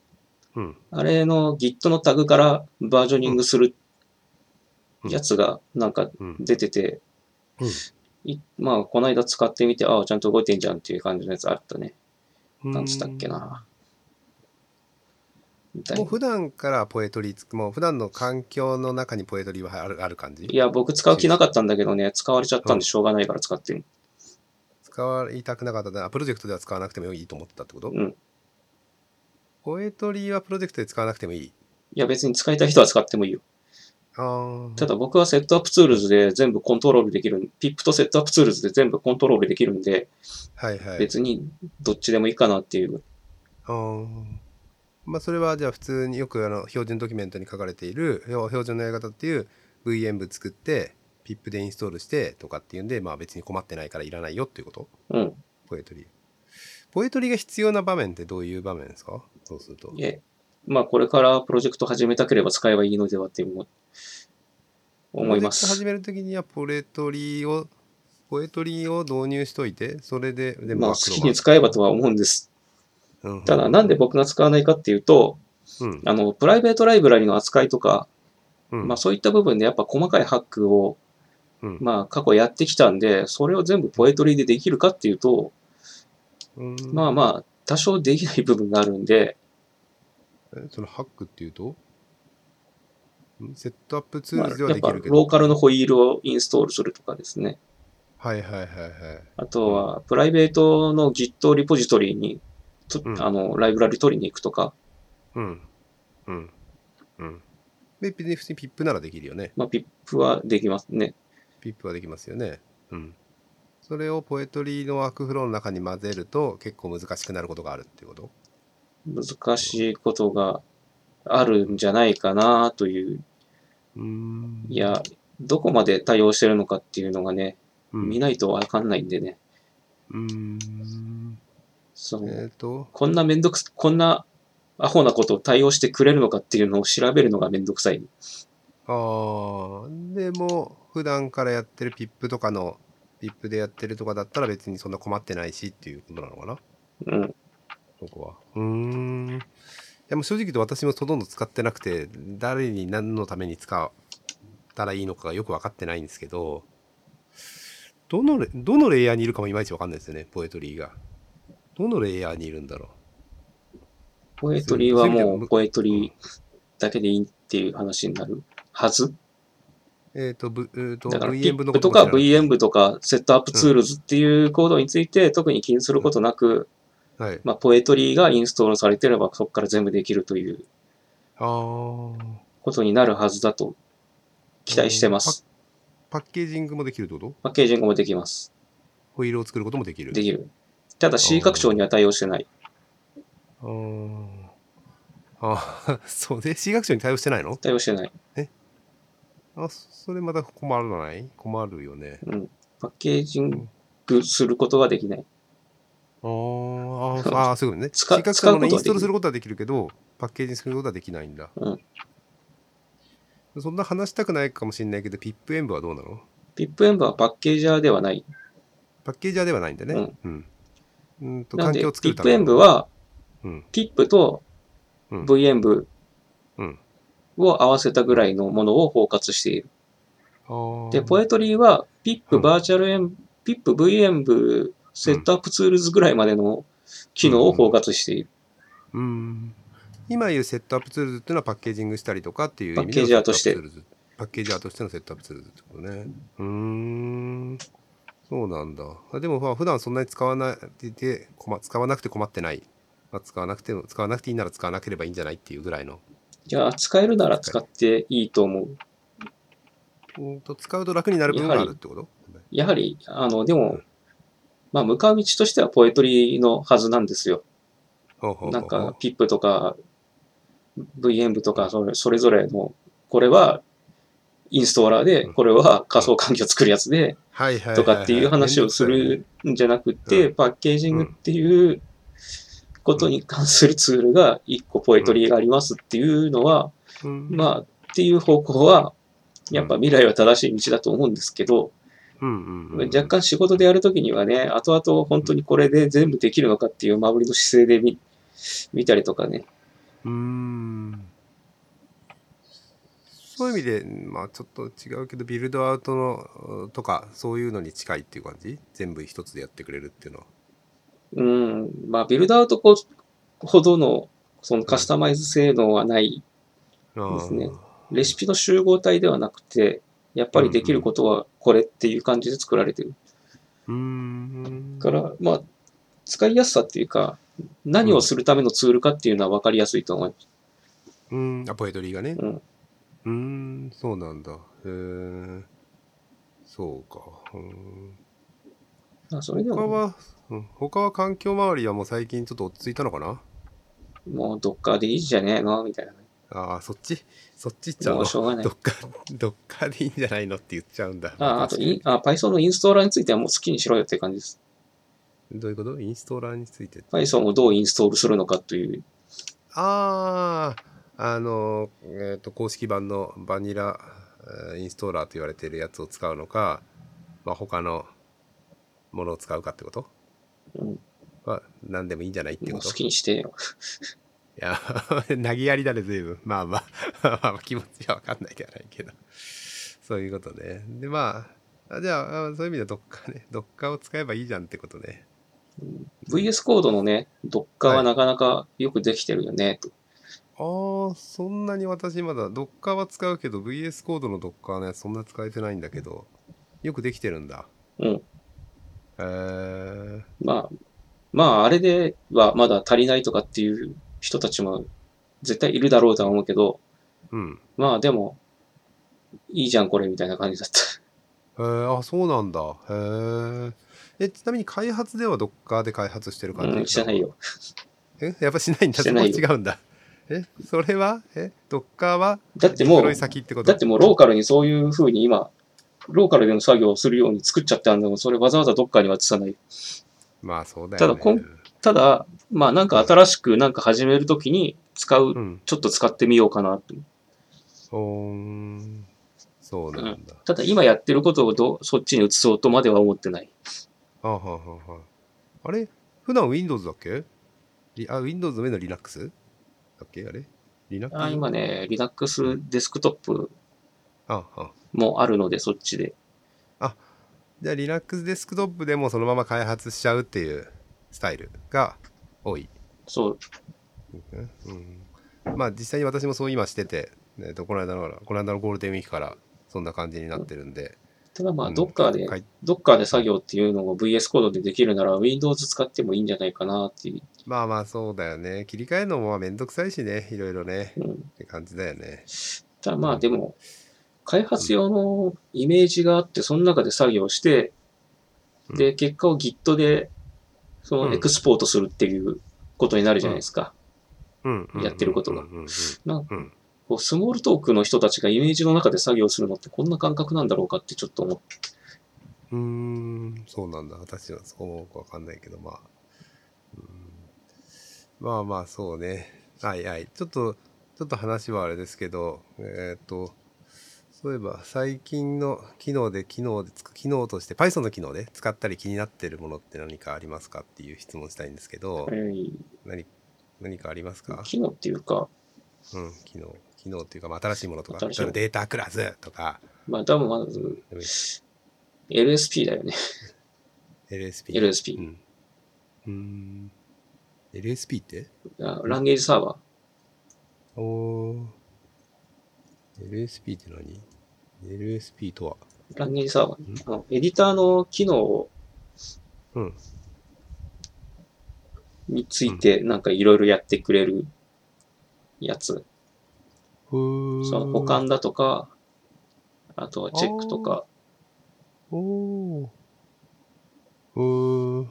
A: うん
B: あれの Git のタグからバージョニングする
A: うん
B: やつがなんか
A: うん
B: 出てて、
A: うん
B: いまあ、この間使ってみて、ああ、ちゃんと動いてんじゃんっていう感じのやつあったね。なんつったっけな。みたい
A: も
B: な
A: う。普段からポエトリーつくもう普段の環境の中にポエトリーはあるある感じ
B: いや、僕使う気なかったんだけどね、使われちゃったんでしょうがないから使ってる。
A: 使いたくなかったなプロジェクトでは使わなくてもいいと思ったってこと、
B: うん。
A: ポエトリーはプロジェクトで使わなくてもいい
B: いや、別に使いたい人は使ってもいいよ。
A: あー
B: ただ僕はセットアップツールズで全部コントロールできる。ピップとセットアップツールズで全部コントロールできるんで、
A: はいはい
B: 別にどっちでもいいかなっていう。
A: あーまあそれはじゃあ普通によくあの標準ドキュメントに書かれている要標準のやり方っていう VM 部作ってピップでインストールしてとかっていうんでまあ別に困ってないからいらないよっていうこと
B: うん。
A: ポエトリーポエトリーが必要な場面ってどういう場面ですかそうすると
B: え、まあこれからプロジェクト始めたければ使えばいいのではって思思
A: プロ
B: いま
A: ジェクト始
B: す。
A: める時にはポエトリーをポエトリーを導入しといてそれでで
B: まあ
A: マ
B: 好
A: クロ
B: き
A: が
B: に使えばとは思うんです。
A: うんうん
B: ただなんで僕が使わないかっていうと、
A: うん
B: あの、プライベートライブラリの扱いとか、
A: うん
B: まあそういった部分でやっぱ細かいハックを、
A: うん
B: まあ過去やってきたんで、それを全部ポエトリーでできるかっていうと、
A: うん
B: まあまあ多少できない部分があるんで、
A: えそのハックっていうとんセットアップツ
B: ま
A: ー
B: あ
A: ルでは
B: やっ
A: で
B: ぱ
A: きるけど、
B: ローカルのホイールをインストールするとかですね。
A: はいはいはいはい。
B: あとは、プライベートの Git リポジトリにと、
A: うん
B: あの、ライブラリ取りに行くとか、
A: うん。うん。うん。で、別に普通にピップならできるよね。
B: まあ、PIP はできますね。
A: ピップはできますよね。うん。それをポエトリーのワークフローの中に混ぜると結構難しくなることがあるっていうこと
B: 難しいことがあるんじゃないかなという。
A: うーん
B: いや、どこまで対応してるのかっていうのがね、
A: うん
B: 見ないとわかんないんでね。
A: うーん
B: その
A: えっ、と
B: こんなめんどくす、こんなアホなことを対応してくれるのかっていうのを調べるのがめんどくさい。
A: あーでも普段からやってるピップとかのピップでやってるとかだったら別にそんな困ってないしっていうことなのかな
B: うん。
A: そこは。うーん。いやもう正直言うと私もほとんど使ってなくて、誰に何のために使ったらいいのかがよく分かってないんですけど、どのレ、どのレイヤーにいるかもいまいち分かんないですよね、ポエトリーが。どのレイヤーにいるんだろ
B: ポエトリー
A: そ
B: は
A: ういう意
B: も
A: 味で
B: う
A: は
B: ポエトリーだけでいいっていう話になるはず。
A: う。えっ、と、ぶえーと
B: だから、
A: VM のこ
B: PIP
A: と
B: と
A: も知ら
B: か
A: ない
B: VM とかセットアップツールズっていうコードについて特に気にすることなく、
A: はい。
B: まあ、ポエトリーがインストールされてればそこから全部できるという
A: あー
B: ことになるはずだと期待してます。
A: パッケージングもできるってこと
B: パッケージングもできます。
A: ホイールを作ることもできる。
B: できる。ただ C 拡張には対応してない。
A: あーあ、そうで、C 学習に対応してないの
B: 対応してない。
A: あ、それまた困らない困るよね。
B: うん。パッケージングすることができない。
A: あーあ
B: そう <laughs>
A: ー、あーそういうことね。
B: 使
A: 使覚
B: 使う
A: 者
B: こと
A: のイ
B: は
A: ンストールすることはできるけど、パッケージにすることはできないんだ。
B: うん
A: そんな話したくないかもしれないけど、ピップ演舞はどうなの
B: PipEnv はパッケージャーではない。
A: パッケージャーではないんだね。うん。うん、と
B: な
A: 環
B: ので、
A: 境を作るため
B: PipEnv
A: の、
B: は
A: うん、
B: PIP と
A: うん
B: VEnv
A: うん。
B: を合わせたぐらいのものを包括している。
A: あー
B: で、ポエトリーは PIP
A: うん
B: バーチャルエン、PIP VEnv セットアップツールズぐらいまでの機能を包括している。
A: うん。今言うセットアップツールズっていうのはパッケージングしたりとかっていう意味での
B: パッケージャーとして
A: セットアップツールズ。パッケージャーとしてのセットアップツールズってことね。うーん。そうなんだ。あでもまあ普段そんなに使わないで、困使わなくて困ってない。まあ、使わなくても、使わなくていいなら使わなければいいんじゃないっていうぐらいの。
B: いや、使えるなら使っていいと思う。
A: うんと使うと楽になる部分があるってこと
B: やはり、あの、で
A: う
B: も
A: ん、
B: まあ、向かう道としてはポエトリーのはずなんですよ。
A: ほうほうほ
B: な
A: うんほう
B: か、ピップとか、VM 部とか、それそれぞれの、これは、インストーラーで
A: う、ん
B: これは仮想環境作るやつで、
A: はいはいはいはい
B: とかっていう話をするんじゃなくて、
A: う
B: パッケージングっていうことに関するツールが一個ポエトリーがありますっていうのは、
A: うん
B: まあ、っていう方向は、やっぱ未来は正しい道だと思うんですけど、
A: うんうんうん、
B: 若干仕事でやるときにはね、後々本当にこれで全部できるのかっていう周りの姿勢で見見たりとかね。
A: うーんそういう意味で、まあちょっと違うけど、ビルドアウトのうんとか、そういうのに近いっていう感じ全部一つでやってくれるっていうのは。
B: うん、まあビルドアウトこほどのそのカスタマイズ性能はない、
A: あー
B: ですねレシピの集合体ではなくて、やっぱりできることはこれっていう感じで作られてる。
A: うーん。
B: から、まあ、使いやすさっていうか、何をするためのツールかっていうのは分かりやすいと思います。
A: うん、あ、ポエトリーがね。
B: うん。
A: うーん、そうなんだ。へえ。そうか。うーん
B: あそれで
A: 他
B: も、
A: は、うん他は環境周りはもう最近ちょっと落ち着いたのかな
B: もうどっかでいいじゃねえのみたいなね。
A: ああ、そっちそっち行っちゃう
B: も
A: の
B: うしょうがない
A: ど。っか、どっかでいいんじゃないのって言っちゃうんだ。
B: あ、あとイン、あ、Python のインストーラーについてはもう好きにしろよっていう感じです。
A: どういうことインストーラーについて。
B: Python をどうインストールするのかという。
A: ああ、あの、えっ、と、公式版のバニラえーインストーラーと言われているやつを使うのか、まあ、他のものを使うかってこと
B: うん、
A: は、何でもいいんじゃないってこ
B: もう
A: と
B: 好
A: い
B: きにしてよ。
A: や、 <laughs> 投げやりだね、随分。まあ <laughs> まあ、まあ、気持ちはわかんないではないけど。そういうことね。で、まあ、あじゃあ、あそういう意味ではどっかね、どっかを使えばいいじゃんってことね。
B: VS コードのね、Docker はなかなかよくできてるよね、と。
A: ああ、そんなに私まだ Docker は使うけど VS コードの Docker ね、そんな使えてないんだけど、よくできてるんだ。
B: うん。
A: えー、
B: まあ、まあ、あれではまだ足りないとかっていう人たちも絶対いるだろうとは思うけど、
A: うん。
B: まあでも、いいじゃんこれみたいな感じだった。
A: えー、あ、そうなんだ。へえー。え、ちなみに開発では Docker で開発してる感じ、
B: うん、してないよ。
A: えやっぱしないんだ。
B: し
A: そ
B: て
A: こ
B: な
A: はい
B: よ
A: 違うんだ。え、それはえ、Docker は
B: だってもう
A: 黒い先ってこと
B: だってもうローカルにそういう風に今、ローカルでの作業をするように作っちゃってあるのも、それわざわざどっかには移さない。
A: まあそうだよ、ね。
B: ただこんただ、まあなんか新しくなんか始めるときに使う、
A: うん。
B: ちょっと使ってみようかなって。
A: おーん。そうなんだ。
B: ただ今やってることをどそっちに移そうとまでは思ってない。
A: あはんはんはんあれ普段 Windows だっけリあ、Windows の上の Linux? だっけあれ ?Linux?
B: あ今ね、Linux デスクトップ
A: ああ
B: もあるので、そっちで。
A: じゃあ Linux デスクトップでもそのまま開発しちゃうっていうスタイルが多い。
B: そう。
A: うん、まあ実際に私もそう今してて、えっとこの間のこの間のゴールデンウィークからそんな感じになってるんで。
B: ただまあ、
A: うん
B: どっかで、
A: はい
B: どっかで作業っていうのを VS コードでできるなら Windows 使ってもいいんじゃないかなってい
A: まあまあそうだよね。切り替えるのもまあめんどくさいしね、いろいろね。
B: う。うん、
A: って感じだよね。
B: ただまあでも、開発用のイメージがあって、その中で作業して、
A: うん
B: で、結果を Git で、そ
A: うん
B: のエクスポートするっていうことになるじゃないですか。
A: うん
B: やってることが
A: うんうんうん
B: なんか
A: うんうん
B: こうスモールトークの人たちがイメージの中で作業するのってこんな感覚なんだろうかってちょっと思って。
A: うーん、そうなんだ。私はそう思うかわかんないけど、まあ。うんまあまあ、そうね。はいはい。ちょっと、ちょっと話はあれですけど、えーっと、そういえば最近の機能で、機能でつく、機能として、Python の機能で使ったり気になってるものって何かありますかっていう質問したいんですけど、
B: はい
A: 何、何かありますか
B: 機能っていうか、
A: うん、機能。機能っていうか、まあ、新しいものとか、
B: 新しいもの
A: データクラスとか、
B: まあ多分まず LSP だよね。
A: LSP。う
B: LSP。
A: ん。うーん。LSP って
B: あランゲージサーバー。
A: おお。LSP って何 ?LSP とは
B: ランゲージサーバー。あのエディターの機能を
A: うん。
B: についてなんかいろいろやってくれるやつ。
A: ふ
B: その保管。だとか、あとはチェックとか、
A: おお。ふー。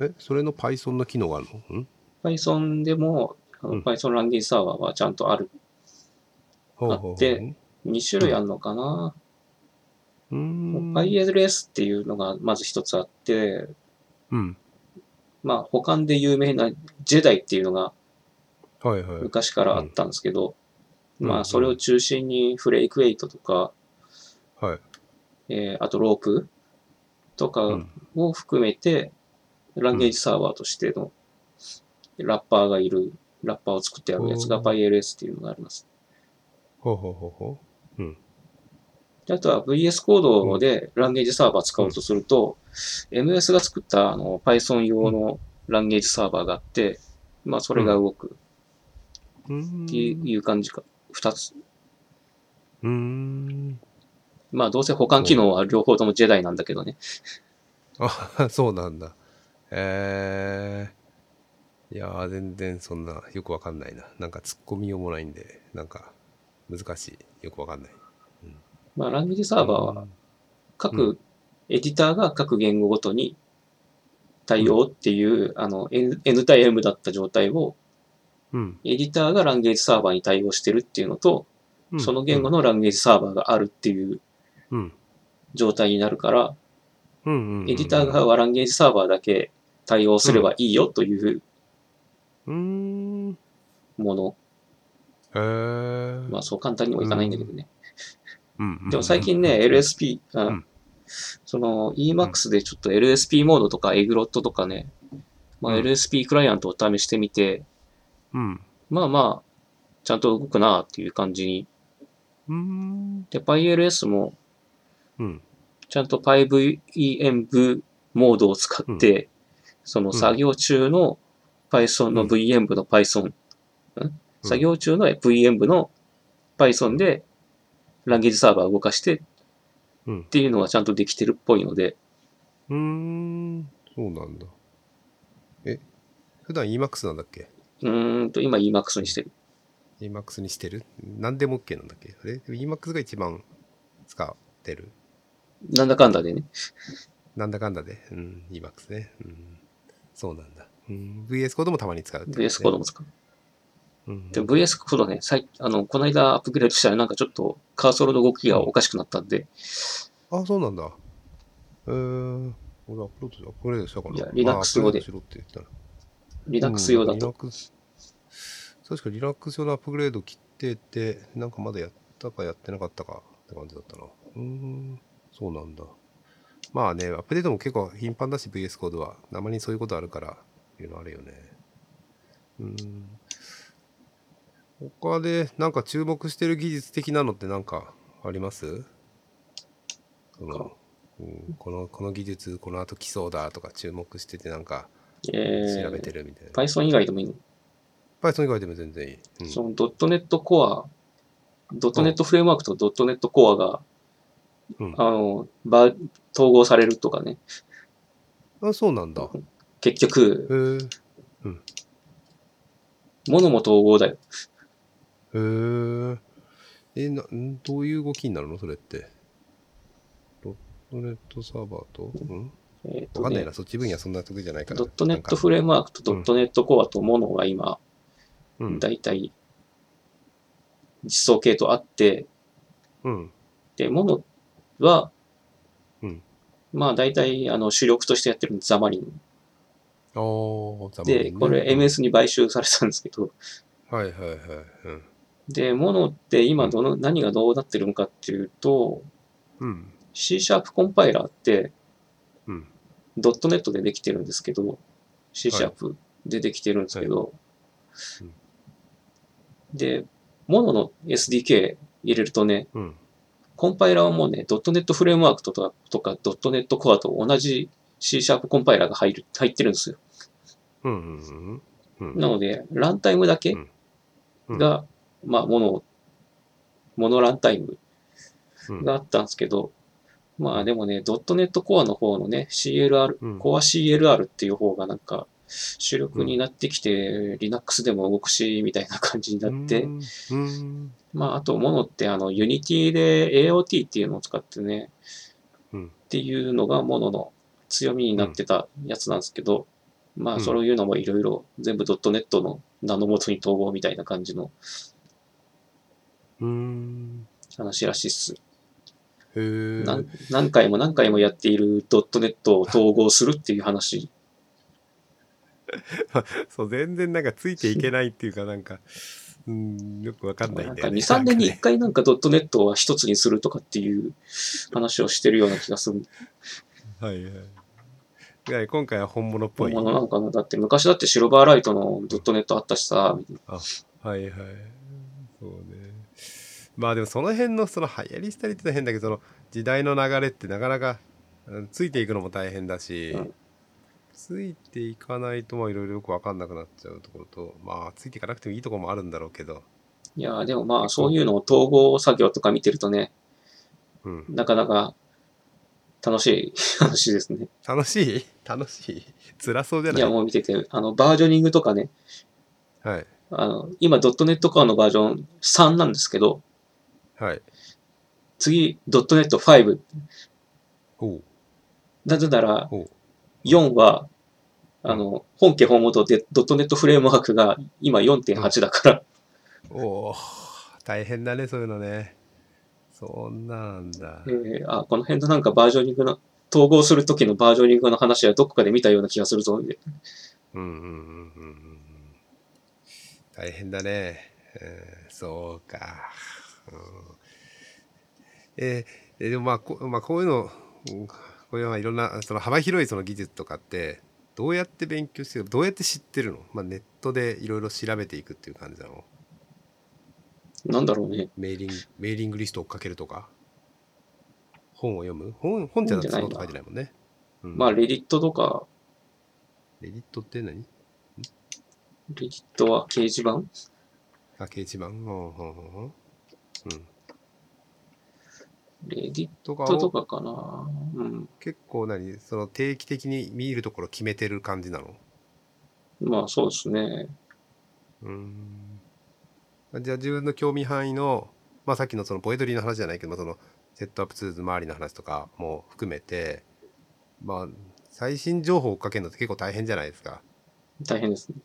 A: え、それの Python の機能があるのん
B: Python でも、あの
A: うん
B: Python ランゲージサーバーはちゃんとある。
A: ほうほうほう
B: あって。2種類あるのかな。
A: うーん。
B: ILS っていうのがまず一つあって、
A: うん。
B: まあ、保管で有名なジェダイっていうのが
A: はいはい。
B: 昔からあったんですけど、
A: うん
B: まあ、それを中心にフレイクエイトとか、
A: はい。
B: えーあとロープと
A: う
B: か
A: ん。
B: を含めて、ランゲージサーバーとしてのラッパーがいる、ラッパーを作ってあるやつが
A: お
B: PyLS っていうのがあります。
A: ほうほうほうほ
B: であとは VS コードでランゲージサーバー使おうとすると、MS が作ったあの Python 用のランゲージサーバーがあって、まあそれが動く
A: う。うーん。
B: っていう感じか。二つ。
A: うーん。
B: まあどうせ保管機能は両方ともジェダイなんだけどね。
A: あ <laughs> そうなんだ。えー、いやー、全然そんな、よくわかんないな。なんか突っ込みようもないんで、なんか、難しい。よくわかんない。
B: まあランゲージサーバーは
A: う
B: 各、エディターが各言語ごとに対応っていう、あの N N 対 M だった状態を、
A: うん。
B: エディターがランゲージサーバーに対応してるっていうのと、
A: うん
B: その言語、のランゲージサーバーがあるっていう
A: うん。
B: 状態になるから、
A: うんうんうんうん
B: エディター側はランゲージサーバーだけ対応すればいいよという
A: うーん。へ
B: もの。
A: えー。
B: まあそう簡単にもいかないんだけどね。
A: うんうん
B: でも最近ね、、LSP、あ
A: うん
B: その Emacs でちょっと LSP モードとかエグロットとかね、まあ、
A: うん
B: LSP クライアントを試してみて、
A: うん。
B: まあまあ、ちゃんと動くなっていう感じに。
A: うん。
B: で、PyLS も
A: うん。
B: ちゃんと PyVM モードを使って、その作業中の Python
A: う
B: の
A: ん
B: VM 部の Python、作業中の VM 部の Python でランゲージサーバーを動かしてっ
A: うん。
B: ていうのはちゃんとできてるっぽいので、
A: うーん。そうなんだ。え、普段 EMAX なんだっけ
B: うーんと今 Emacs にしてる。
A: ?EMAX にしてる何でも OK なんだっけあれ ?EMAX が一番使ってる
B: なんだかんだでね。
A: なんだかんだで、うん、EMAX ね。うん、そうなんだ。うん、VS コードもたまに使うってことね、
B: VS コードも使う。
A: うん
B: でも VS コードね、最あの、この間アップグレードしたらなんかちょっとカーソルの動きがおかしくなったんで、
A: あ、そうなんだ。えー、俺アップロード、アップグレードしたかな。
B: いや Linux
A: まあ
B: 用で
A: アップグレードしろって言ったら。
B: Linux 用だと。
A: うん Linux 確か Linux 用のアップグレード切ってて、なんかまだやったかやってなかったかって感じだったな。うーん、そうなんだ。まあね、アップデートも結構頻繁だし、VS コードは。生にそういうことあるから、っていうのあるよね。うーん。他で、なんか注目してる技術的なのってなんかありますその、うん、この、この技術、この後来そうだとか注目しててなんか
B: え
A: 調べて
B: ー、
A: るみたいな。
B: Python 以外でもいいの、
A: Python 以外でも全然いい。うん
B: その .NET Core、.NET フレームワークと .NET Core が、
A: うん
B: あの、ば統合されるとかね、
A: あ、そうなんだ。へ
B: 結局、
A: え。へ
B: ものも統合だよ。
A: え。え、な、んどういう動きになるのそれって。ドットネットサーバーと、うん、
B: えっ、
A: わ
B: と
A: かんない
B: ね
A: な、、そっち分野そんな得意じゃないから。
B: ドットネット
A: フ
B: フレームワークと
A: うん
B: .NET コアとモノが今、
A: うん。
B: だいたい実装系とあって、
A: うん。
B: で、モノは、
A: うん
B: まあだいたいあの主力としてやってるザマリン。
A: あー、ざま
B: で、これ。MS に買収されたんですけど、
A: はいはいはい。うん。
B: で、モノって今どの、何がどうなってるのかっていうと、
A: うん。
B: C シャープコンパイラーって
A: うん。
B: ドットネットでできてるんですけど、C シャープでできてるんですけど、
A: いうん
B: で、モノの SDK 入れるとね、
A: うん。
B: コンパイラーはもうね、ドットネットフレームワークとか、とかドットネットコアと同じ C シャープコンパイラーが入る、入ってるんですよ。
A: うん。うん。うん。
B: なので、ランタイムだけ
A: うん、
B: が、まあ、モノ、モノランタイム
A: うん、
B: があったんですけど、まあでもね、ドットネットコアの方のね、CLR、
A: うん
B: コア CLR っていう方がなんか主力になってきて、Linux でも動くし、みたいな感じになって、
A: うん。うん。
B: まああと、モノってあの、Unity で AOT っていうのを使ってね、
A: うん
B: っていうのがモノの強みになってたやつなんですけど、ま
A: う
B: あ
A: ん
B: そういうのもいろいろ全部ドットネットの名のもとに統合みたいな感じの
A: うん。
B: 話らしいっす。
A: へえ。
B: なん何回も何回もやっているドットネットを統合するってい
A: <laughs>
B: う話。
A: そう、全然なんかついていけないっていうか、なんか、うん、よくわかんない
B: なん
A: んだ
B: か
A: よ
B: 2、
A: ね。
B: 3年に
A: なん
B: 1回なんかドットネットは一つにするとかっていう話をしてるような気がする。
A: かね。はいはいいや。今回は本物っぽ
B: 本
A: い。
B: 物なのかなだって昔だってシルバーライトのドットネットあったし
A: は
B: さ、
A: いはい。そうね。まあでもその辺のその流行りしたりってのは変だけど、その時代の流れってなかなかうんついていくのも大変だし、
B: うん
A: ついていかないとまあいろいろよくわかんなくなっちゃうところと、まあついていかなくてもいいところもあるんだろうけど、
B: いやーでもまあそういうのを統合作業とか見てるとね、
A: うん。
B: なかなか楽しい話ですね。
A: 楽しい楽しい辛そうじゃ
B: い
A: ない
B: やもう見てて、あのバージョニングとかね、
A: はい。
B: あの今ドットネットコアのバージョン3なんですけど、
A: はい。
B: 次ドットネット5。
A: おう。
B: なぜなら
A: おう。
B: 4は、あの、本家本元でドットネットフレームワークが今4.8だから、
A: おお大変だねそういうのねそんなんだ
B: えーあ、この辺のなんかバージョニングの、統合するときのバージョニングの話はどこかで見たような気がするぞ。
A: うんうんうんうんうん大変だね、うん、そうか、うん、えーえでもまあこ,、まあ、こういうのうんこういうまあいろんなその幅広いその技術とかってどうやって勉強してるどうやって知ってるの、まあ、ネットでいろいろ調べていくっていう感じなの
B: なんだろうね。
A: メーリングメーリングリスト追っかけるとか本を読む本本じゃなくてそんなこと書いてないもんね、うん
B: まあ、レディットとか、
A: レディットって何
B: レディットは掲示板
A: あ、掲示板。うん、うん、うん。うん
B: レディッ
A: とか
B: トと
A: を
B: かかな。うん。
A: 結構何その定期的に見るところ決めてる感じなの
B: まあ、そうですね。
A: うーん。じゃあ自分の興味範囲の、まあさっきのそのポエトリーの話じゃないけども、そのセットアップツールズ周りの話とかも含めて、まあ、最新情報を追っかけるのって結構大変じゃないですか。
B: 大変ですね。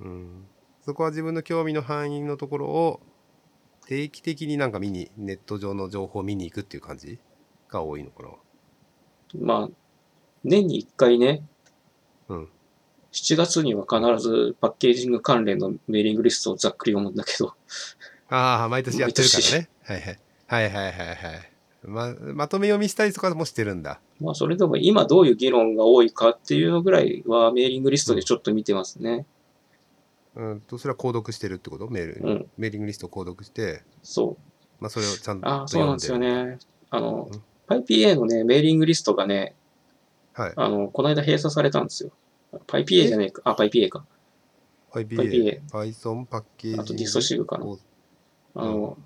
A: うん。そこは自分の興味の範囲のところを定期的になんか見に、ネット上の情報を見に行くっていう感じが多いのかな。
B: まあ、年に1回ね、
A: うん。
B: 7月には必ずパッケージング関連のメーリングリストをざっくり読むんだけど、
A: ああ、毎年やってるからね。はいはい。はいはいはいはい。ま、まとめ読みしたりとかもしてるんだ。
B: まあそれでも今どういう議論が多いかっていうのぐらいはメーリングリストでちょっと見てますね。
A: うんと、それは購読してるってことメール、
B: うん
A: メーリングリストを購読して、
B: そう。
A: まあ、それをちゃんと
B: ああ、そう
A: 読
B: なん
A: ん
B: で
A: です
B: よ
A: る。
B: ね。あの
A: うん、
B: PyPA のね、メーリングリストがね、
A: はい。
B: あの、この間閉鎖されたんですよ。PyPA じゃねえか。あ、PyPA か。
A: IPA、Python パッケージ。
B: あとディソシブかな
A: お
B: あの、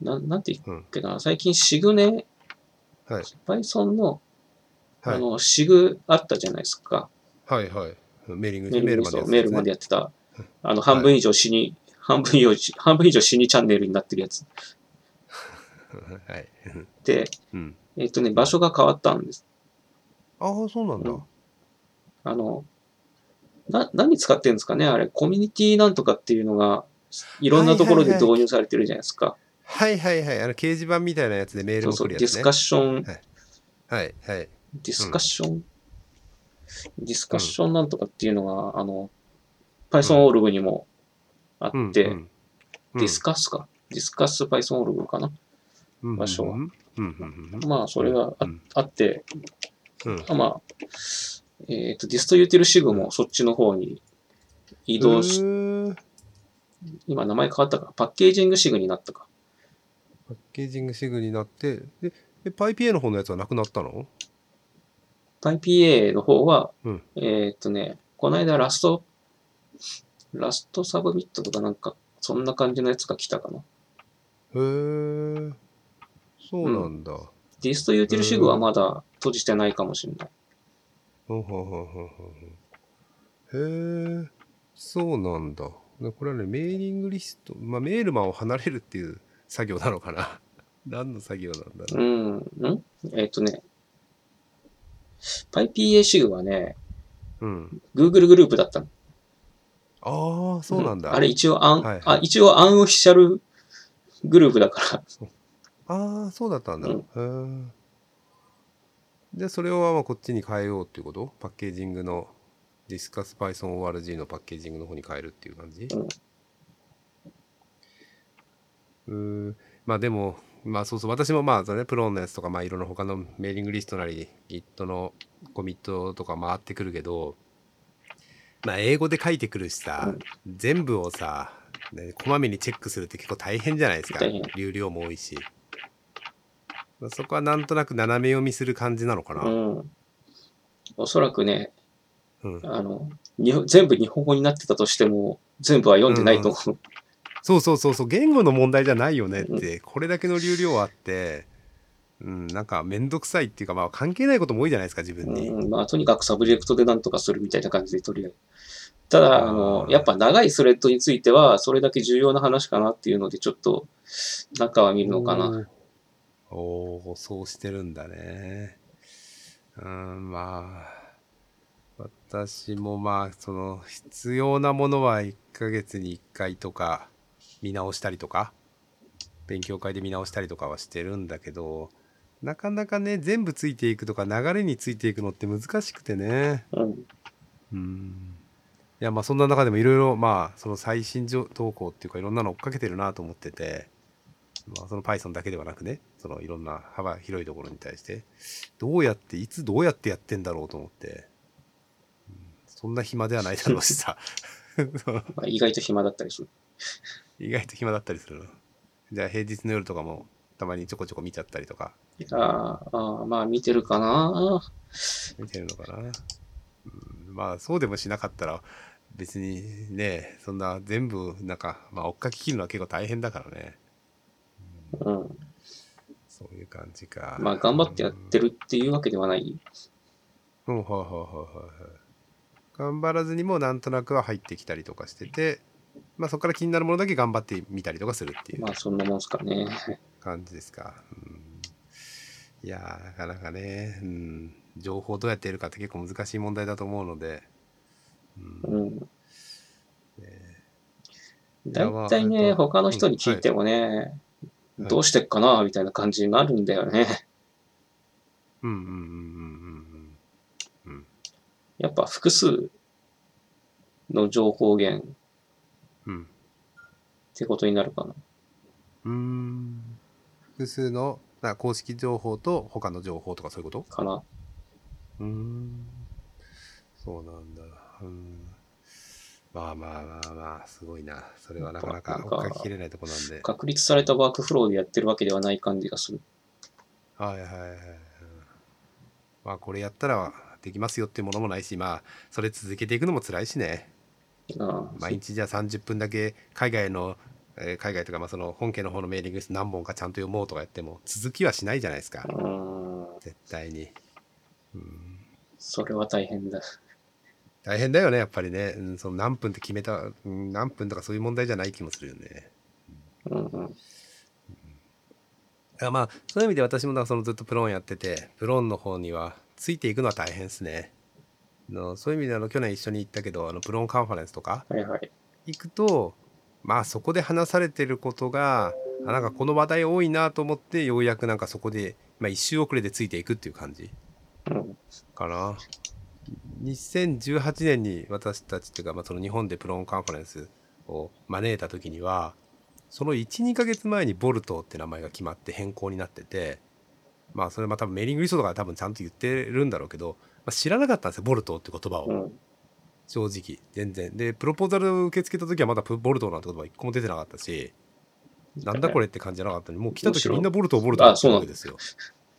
B: なん、なんて言うっけな。最近シグね、
A: はい。
B: Python の、
A: は
B: あ
A: い。
B: の、シグあったじゃないですか。
A: はいはい。メーリング
B: メール
A: までやつ
B: メールまでやってた。あの、半分以上死に、半分以上死、半分以上死にチャンネルになってるやつ。
A: ねはい。
B: で、
A: うん。
B: えっとね、場所が変わったんです。
A: ああ、そうなんだ。
B: あの、な、何使ってるんですかねあれ、コミュニティなんとかっていうのが、いろんなところで
A: はいはいはい
B: 導入されてるじゃないですか。
A: はいはいはい。あの、掲示板みたいなやつでメール
B: そう
A: を送
B: そう、
A: る
B: デ
A: や
B: ィ
A: つ
B: ス
A: ね
B: カッ。ション、
A: はいはい。
B: ディスカッション、ディスカッションなんとかっていうのが、あの、Python オルグにもあって、
A: うんう
B: デ
A: ん
B: ィスカッスか。ディスカッス Python オルグかな。
A: うん
B: 場所
A: う
B: は
A: んうんうんうん。
B: まあ、それがあ,、
A: うん
B: あって、
A: うん
B: あまあ、えっ、と、ディストユーティルシグもそっちの方に移動し、
A: うーん
B: 今名前変わったか、パッケージングシグになったか。
A: パッケージングシグになって、で、で PyPA の方のやつはなくなったの
B: PyPA の方は、
A: うん
B: えっ、とね、この間ラスト、ラストサブミットとかなんか、そんな感じのやつが来たかな。
A: へえ。そうなんだ。
B: ディストユーティルシグはまだ閉じてないかもしれない。
A: ほうほうほうほうほうほうへえ、そうなんだ。でこれはね、メーリングリスト、まあ、メールマンを離れるっていう作業なのかな。 <laughs> 何の作業なんだろう。
B: うん、んえっ、とね、PyPA シグはね、
A: うん。
B: Google グループだったの。
A: ああ、そうなんだ。
B: あれ一応アン、
A: はいはい
B: あ、一応アンオフィシャルグループだから、
A: ああ、そうだったんだ。
B: う
A: へえ。で、それをまあこっちに変えようっていうことパッケージングの、ディスカス Python ORG のパッケージングの方に変えるっていう感じうーんまあでも、まあそうそう、私もまあそれね、プロンのやつとか、まあいろんな他のメーリングリストなり、Git のコミットとか回ってくるけど、まあ英語で書いてくるしさ、全部をさ、ねこまめにチェックするって結構大変じゃないですか
B: 大変。
A: 流量も多いし。まあそこはなんとなく斜め読みする感じなのかな。
B: うん。おそらくね、
A: うん
B: あの、日本全部日本語になってたとしても、全部は読んでないと思う。
A: そうそうそうそう言語の問題じゃないよねって、これだけの流量あって、うん、なんか面倒くさいっていうかまあ関係ないことも多いじゃないですか自分に、
B: うん、まあ、とにかくサブジェクトで何とかするみたいな感じでとりあえず。ただ、あの
A: う、ん
B: やっぱ長いスレッドについては、それだけ重要な話かなっていうので、ちょっと、中は見るのかな。
A: おーおーそうしてるんだねうんまあ私もまあその必要なものは1ヶ月に1回とか見直したりとか勉強会で見直したりとかはしてるんだけどなかなかね全部ついていくとか流れについていくのって難しくてね
B: うん。
A: うんいやまあそんな中でもいろいろまあその最新情投稿っていうかいろんなの追っかけてるなと思ってて、まあ、その Python だけではなくねそのいろんな幅広いところに対してどうやっていつどうやってやってんだろうと思って、うんそんな暇ではないだろうしさ <laughs> そう
B: まあ、意外と暇だったりする。
A: 意外と暇だったりするのじゃあ平日の夜とかもたまにちょこちょこ見ちゃったりとか
B: あーあー、まあ、見てるかな。
A: 見てるのかな、うん、まあそうでもしなかったら別にねそんな全部なんか、まあ、追っかけ切るのは結構大変だからね
B: うん。
A: そういう感じか
B: まあ、頑張ってやってるっていうわけではない。
A: うんうんはいはいはいはい頑張らずにもなんとなくは入ってきたりとかしててまあそこから気になるものだけ頑張ってみたりとかするっていう
B: まあ、そんなもんすかね。
A: 感じですか、うんいやーなかなかね、うん、情報どうやって得るかって結構難しい問題だと思うので、うん
B: うん。
A: やまあ
B: 大体ね、
A: えっと
B: 他の人に聞いてもね、
A: はい
B: どうしてっかな、みたいな感じになるんだよ
A: <laughs>
B: ね。
A: うんうんうんうんうんうん
B: やっぱ複数の情報源っ
A: うん
B: てことになるかな。
A: うんうーん複数のな公式情報と他の情報とかそういうこと
B: かな。
A: うーんそうなんだうんまあまあまあまあすごいなそれはなかなか
B: なんか
A: 追っかけきれないとこなんで
B: 確立されたワークフローでやってるわけではない感じがする。
A: はいはいはいはい。まあこれやったらできますよってものもないしまあそれ続けていくのも辛いしね
B: なあ
A: 毎日じゃあ30分だけ海外の、えー海外とかまあその本家の方のメーリング何本かちゃんと読もうとかやっても続きはしないじゃないですか
B: うん。
A: 絶対に。うん
B: それは大変だ。
A: 大変だよねやっぱりね、うん、その何分って決めた、うん、何分とかそういう問題じゃない気もするよね。
B: うんうん。
A: だからまあそういう意味で私もだからそのずっとプロンやっててプロンの方にはついていくのは大変ですね。あのそういう意味であの去年一緒に行ったけどあのプロンカンファレンスとか
B: はいはい。
A: 行くとまあそこで話されてることがあなんかこの話題多いなと思ってようやくなんかそこで、まあ、一周遅れでついていくっていう感じ
B: うん。
A: かな。2018年に私たちっていうか、まあ、その日本でプロンカンファレンスを招いた時にはその12ヶ月前にボルトって名前が決まって変更になっててまあそれまあ多分メーリングリストとか多分ちゃんと言ってるんだろうけど、まあ、知らなかったんですよボルトって言葉を。
B: うん。
A: 正直全然でプロポーザルを受け付けた時はまだプボルトなんて言葉一個も出てなかったし <laughs> なんだこれって感じじゃなかったのにもう来た
B: むし
A: 時
B: ろ
A: みんなボルトをボルトだ
B: あそうな
A: わ
B: んだ
A: けですよ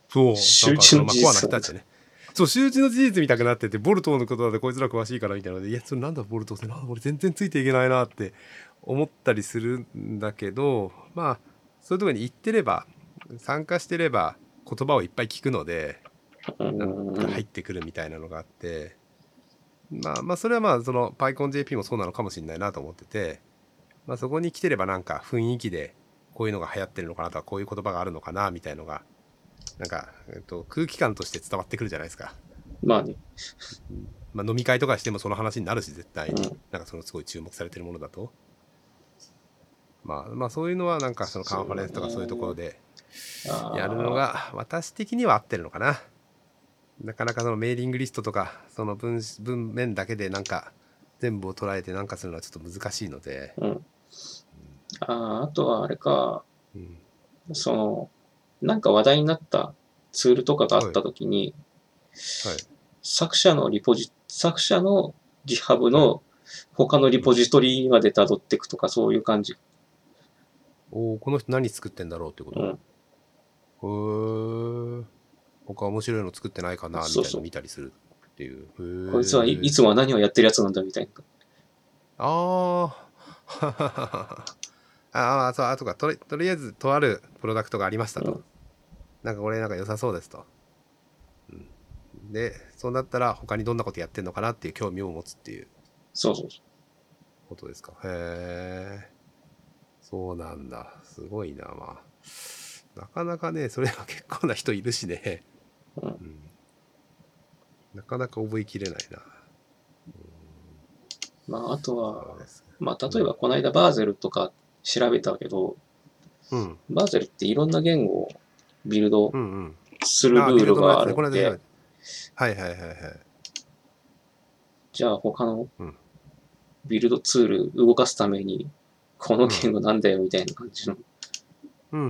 A: そう
B: 周知
A: なんかその
B: の事実
A: まあコアな人たちねそう周知の事実みたくなっててボルトのことだとこいつら詳しいからみたいなのでいやそれなんだボルトってなんだ俺全然ついていけないなって思ったりするんだけどまあそういうところに行ってれば参加してれば言葉をいっぱい聞くので
B: うん
A: な
B: うん
A: ん
B: う
A: か
B: ん。
A: 入ってくるみたいなのがあって、まあまあそれはまあその PyConJP もそうなのかもしれないなと思ってて、まあ、そこに来てればなんか雰囲気でこういうのが流行ってるのかなとかこういう言葉があるのかなみたいのがなんか、えっと、空気感として伝わってくるじゃないですか、
B: まあね。
A: まあ、飲み会とかしてもその話になるし絶対に、
B: うん
A: なんかそのすごい注目されてるものだと、まあ、まあそういうのはなんかそのカンファレンスとかそういうところで
B: あー
A: やるのが私的には合ってるのかな。なかなかそのメーリングリストとかその文し文面だけでなんか全部を捉えてなんかするのはちょっと難しいので、
B: うん。ああ、あとはあれか、
A: うん、
B: その、なんか話題になったツールとかがあったときに、
A: はい
B: 作者のリポジ、作者の GitHub の他のリポジトリまで辿っていくとか、そういう感じ。
A: おーこの人何作ってんだろうってこ
B: うん。
A: と、へえ他面白いの作ってないかなみた
B: そ
A: いうな
B: そう
A: の見たりするっていうへー
B: こいつはいいつもは何をやってるやつなんだみたいな。
A: あ <laughs> あ。ああ、そう、あとか、とりとりあえず、とあるプロダクトがありましたと。
B: うん
A: なんか、これ、なんか良さそうですと。うん、で、そうなったら、他にどんなことやってんのかなっていう興味を持つっていう
B: そうそうそ
A: ことですか。へえ。そうなんだ。すごいな、まあ。なかなかね、それは結構な人いるしね。
B: うん
A: んなかなか覚えきれないな。
B: う。まあ、あと
A: そ
B: は
A: う、です
B: まあ、例えばこの間バーゼルとか調べたけど、
A: うん。
B: バーゼルっていろんな言語をビルド
A: うんうん。
B: するルールがある
A: この
B: の
A: 間
B: で、
A: はいはいはいはい。
B: じゃあ他の
A: うん
B: ビルドツール動かすために、この言語なんだよみたいな感じの。
A: うんうん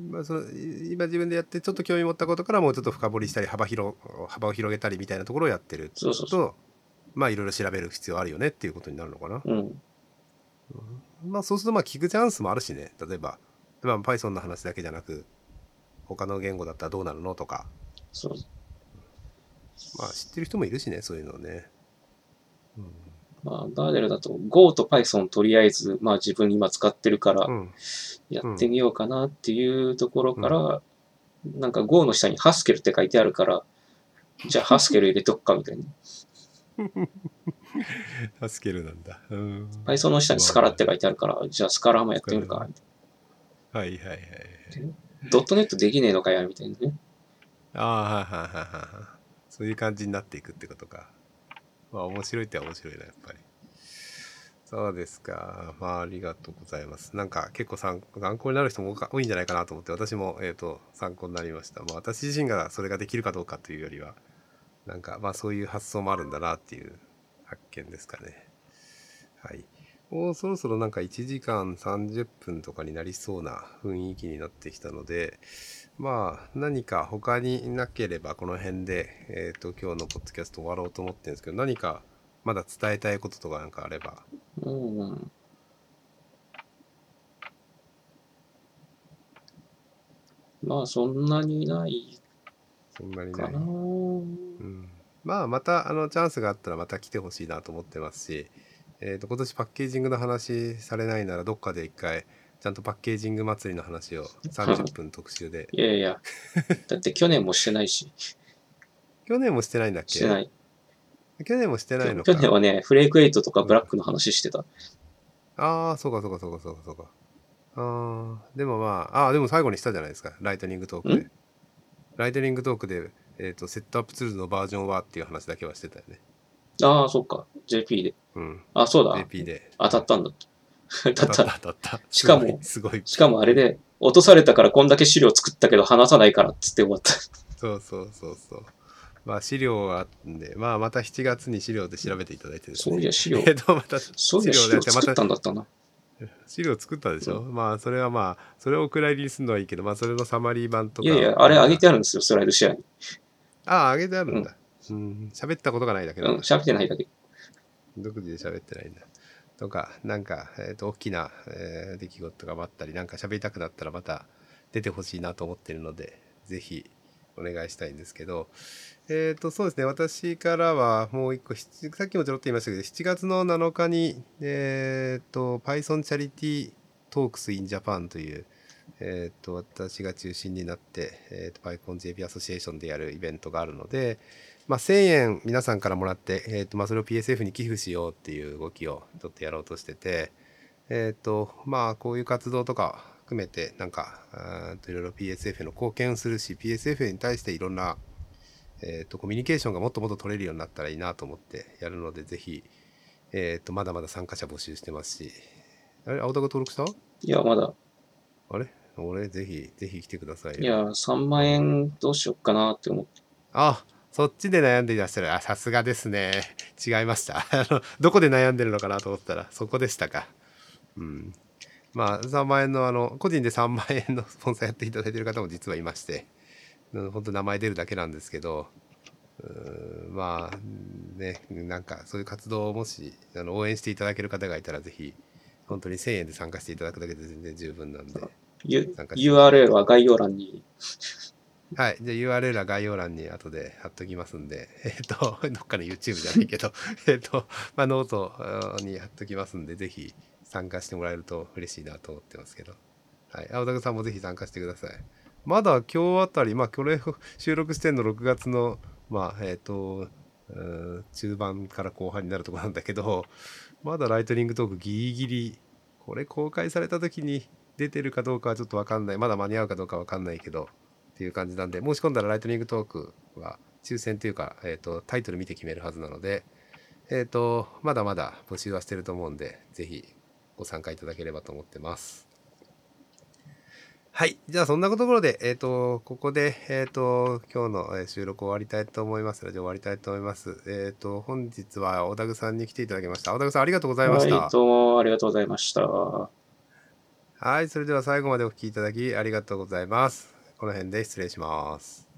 A: うんうん。まあ、そのい今自分でやってちょっと興味持ったことからもうちょっと深掘りしたり幅広幅を広げたりみたいなところをやってると
B: そうそうそう。
A: まあいろいろ調べる必要あるよねっていうことになるのかな、
B: うん。
A: まあそうするとまあ聞くチャンスもあるしね例えば例えば Python の話だけじゃなく他の言語だったらどうなるのとか、
B: そう。
A: まあ、知ってる人もいるしねそういうのね、うん
B: まあ、バーデルだと Go と Python とりあえず、まあ自分今使ってるから
A: うん、
B: やってみようかなっていうところから、なんか Go の下に Haskell って書いてあるから、じゃあ Haskell 入れとくかみたい
A: <laughs>
B: な。
A: 助けるなんだ、うん、
B: Python の下に Scala って書いてあるから、じゃあ Scala もやってみるかみたいな。
A: はいはいはいはい。
B: ドットネットできねえのかや、みたいなね。
A: ああ、はいはいはいはいはい。そういう感じになっていくってことか。まあ面白いって面白いな、やっぱり。そうですか。まあありがとうございます。なんか結構参参考になる人も多か多いんじゃないかなと思って、私も、えっ、と、参考になりました。まあ私自身がそれができるかどうかというよりは、なんかまあそういう発想もあるんだなっていう発見ですかね。はい。もうそろそろなんか1時間30分とかになりそうな雰囲気になってきたので、まあ何か他になければこの辺で、えっ、と今日のポッドキャスト終わろうと思ってるんですけど、何かまだ伝えたいこととかなんかあれば。
B: うん。まあ、そんなにない
A: そんなにな
B: か
A: い。
B: な。
A: うん、まあまたあのチャンスがあったらまた来てほしいなと思ってますし、えー、と今年パッケージングの話されないならどっかで一回ちゃんとパッケージング祭りの話を30分特
B: <laughs>
A: 集で
B: いやいや、だって去年もしてないし、
A: 去年もしてないんだっけ
B: してない。
A: 去年もしてないのか
B: 去年はね、フレークエイトとかブラックの話してた。
A: ああそうかそうかそうかそうかそうかああでもまああーでも最後にしたじゃないですかライトニングトークでライトニングトークで、えー、とセットアップツールのバージョンはっていう話だけはしてたよね
B: ああ、そっか。JP で。
A: うん
B: あ、そうだ。
A: JP で
B: 当たったんだって。
A: 当
B: 当た
A: た
B: っ。
A: ったた当たった
B: しかも
A: すごいすごい
B: しかもあれで、落とされたからこんだけ資料作ったけど話さないからっつって終わった。
A: そうそうそうそう。まあ資料はあったんで、まあまた7月に資料で調べていただいてです
B: そう
A: ね。
B: いや、資料
A: <laughs> え。っと、また
B: そういや、資料作っ
A: ま
B: た
A: た
B: んだったな。
A: 資料作ったでしょ、まあそれはまあ、それをお蔵入りにするのはいいけど、まあそれのサマリー版と
B: い
A: か。
B: やいや、あれ上げてあるんですよ、スライドシェアに。
A: ああ、上げてあるんだ。うん、喋、ったことがないだけ
B: う
A: ど、
B: ん、喋ってないだけ。
A: 独自で喋ってないんだ。とか、なんか、えっ、と、大きな、えー出来事があったり、なんか喋りたくなったらまた出てほしいなと思ってるので、ぜひお願いしたいんですけど、えっ、と、そうですね、私からはもう一個、七さっきもちょろっと言いましたけど、7月の7日に、えっ、と、Python チャリティートークスインジャパンという、えっ、と、私が中心になって、えっ、と、PyConJP アソシエーションでやるイベントがあるので、まあ、1000円皆さんからもらって、えーとまあ、それを PSF に寄付しようっていう動きをちょっとやろうとしてて、えっ、と、まあ、こういう活動とか含めて、なんか、うーんといろいろ PSF への貢献をするし、PSF に対していろんな、えっ、と、コミュニケーションがもっともっと取れるようになったらいいなと思ってやるので、ぜひ、えっ、と、まだまだ参加者募集してますし、あれ、青田が登録した
B: いや、まだ。
A: あれ俺、ぜひ、ぜひ来てくださいよ。
B: いや、3万円どうしよっかなって思って。
A: あ、そっちで悩んでいらっしゃる。あ、さすがですね。違いました。 <laughs> あの、どこで悩んでるのかなと思ったら、そこでしたか。うん。まあ、3万円の、あの、個人で3万円のス <laughs> ポンサーやっていただいてる方も実はいまして、うん本当名前出るだけなんですけど、うーんまあ、ね、なんか、そういう活動をもし、あの、応援していただける方がいたら、ぜひ、本当に1000円で参加していただくだけで全然十分なんで。
B: ゆ
A: なんか
B: URL は概要欄に。
A: はい。じゃあ URL は概要欄に後で貼っときますんで、 <laughs> えっ、と、どっかの YouTube じゃないけど、 <laughs> えっと、まあ、ノートうんに貼っときますんで、ぜひ参加してもらえると嬉しいなと思ってますけど。はい。青田さんもぜひ参加してください。まだ今日あたり、まあ、これを収録してんの6月の、まあ、えっ、と、うん中盤から後半になるところなんだけど、まだライトニングトークギリギリ、これ公開された時に出てるかどうかはちょっとわかんない。まだ間に合うかどうかわかんないけど、っていう感じなんで、申し込んだらライトニングトークは抽選というか、えっ、と、タイトル見て決めるはずなので、えっ、と、まだまだ募集はしてると思うんで、ぜひご参加いただければと思ってます。はい。じゃあ、そんなところで、えっ、と、ここで、えっ、と、今日のえー収録終わりたいと思います。ラジオ終わりたいと思います。えっ、と、本日は小田久さんに来ていただきました。小田久さん、ありがとうございました。
B: はい、どうもありがとうございました。
A: はい、それでは最後までお聞きいただきありがとうございます。この辺で失礼します。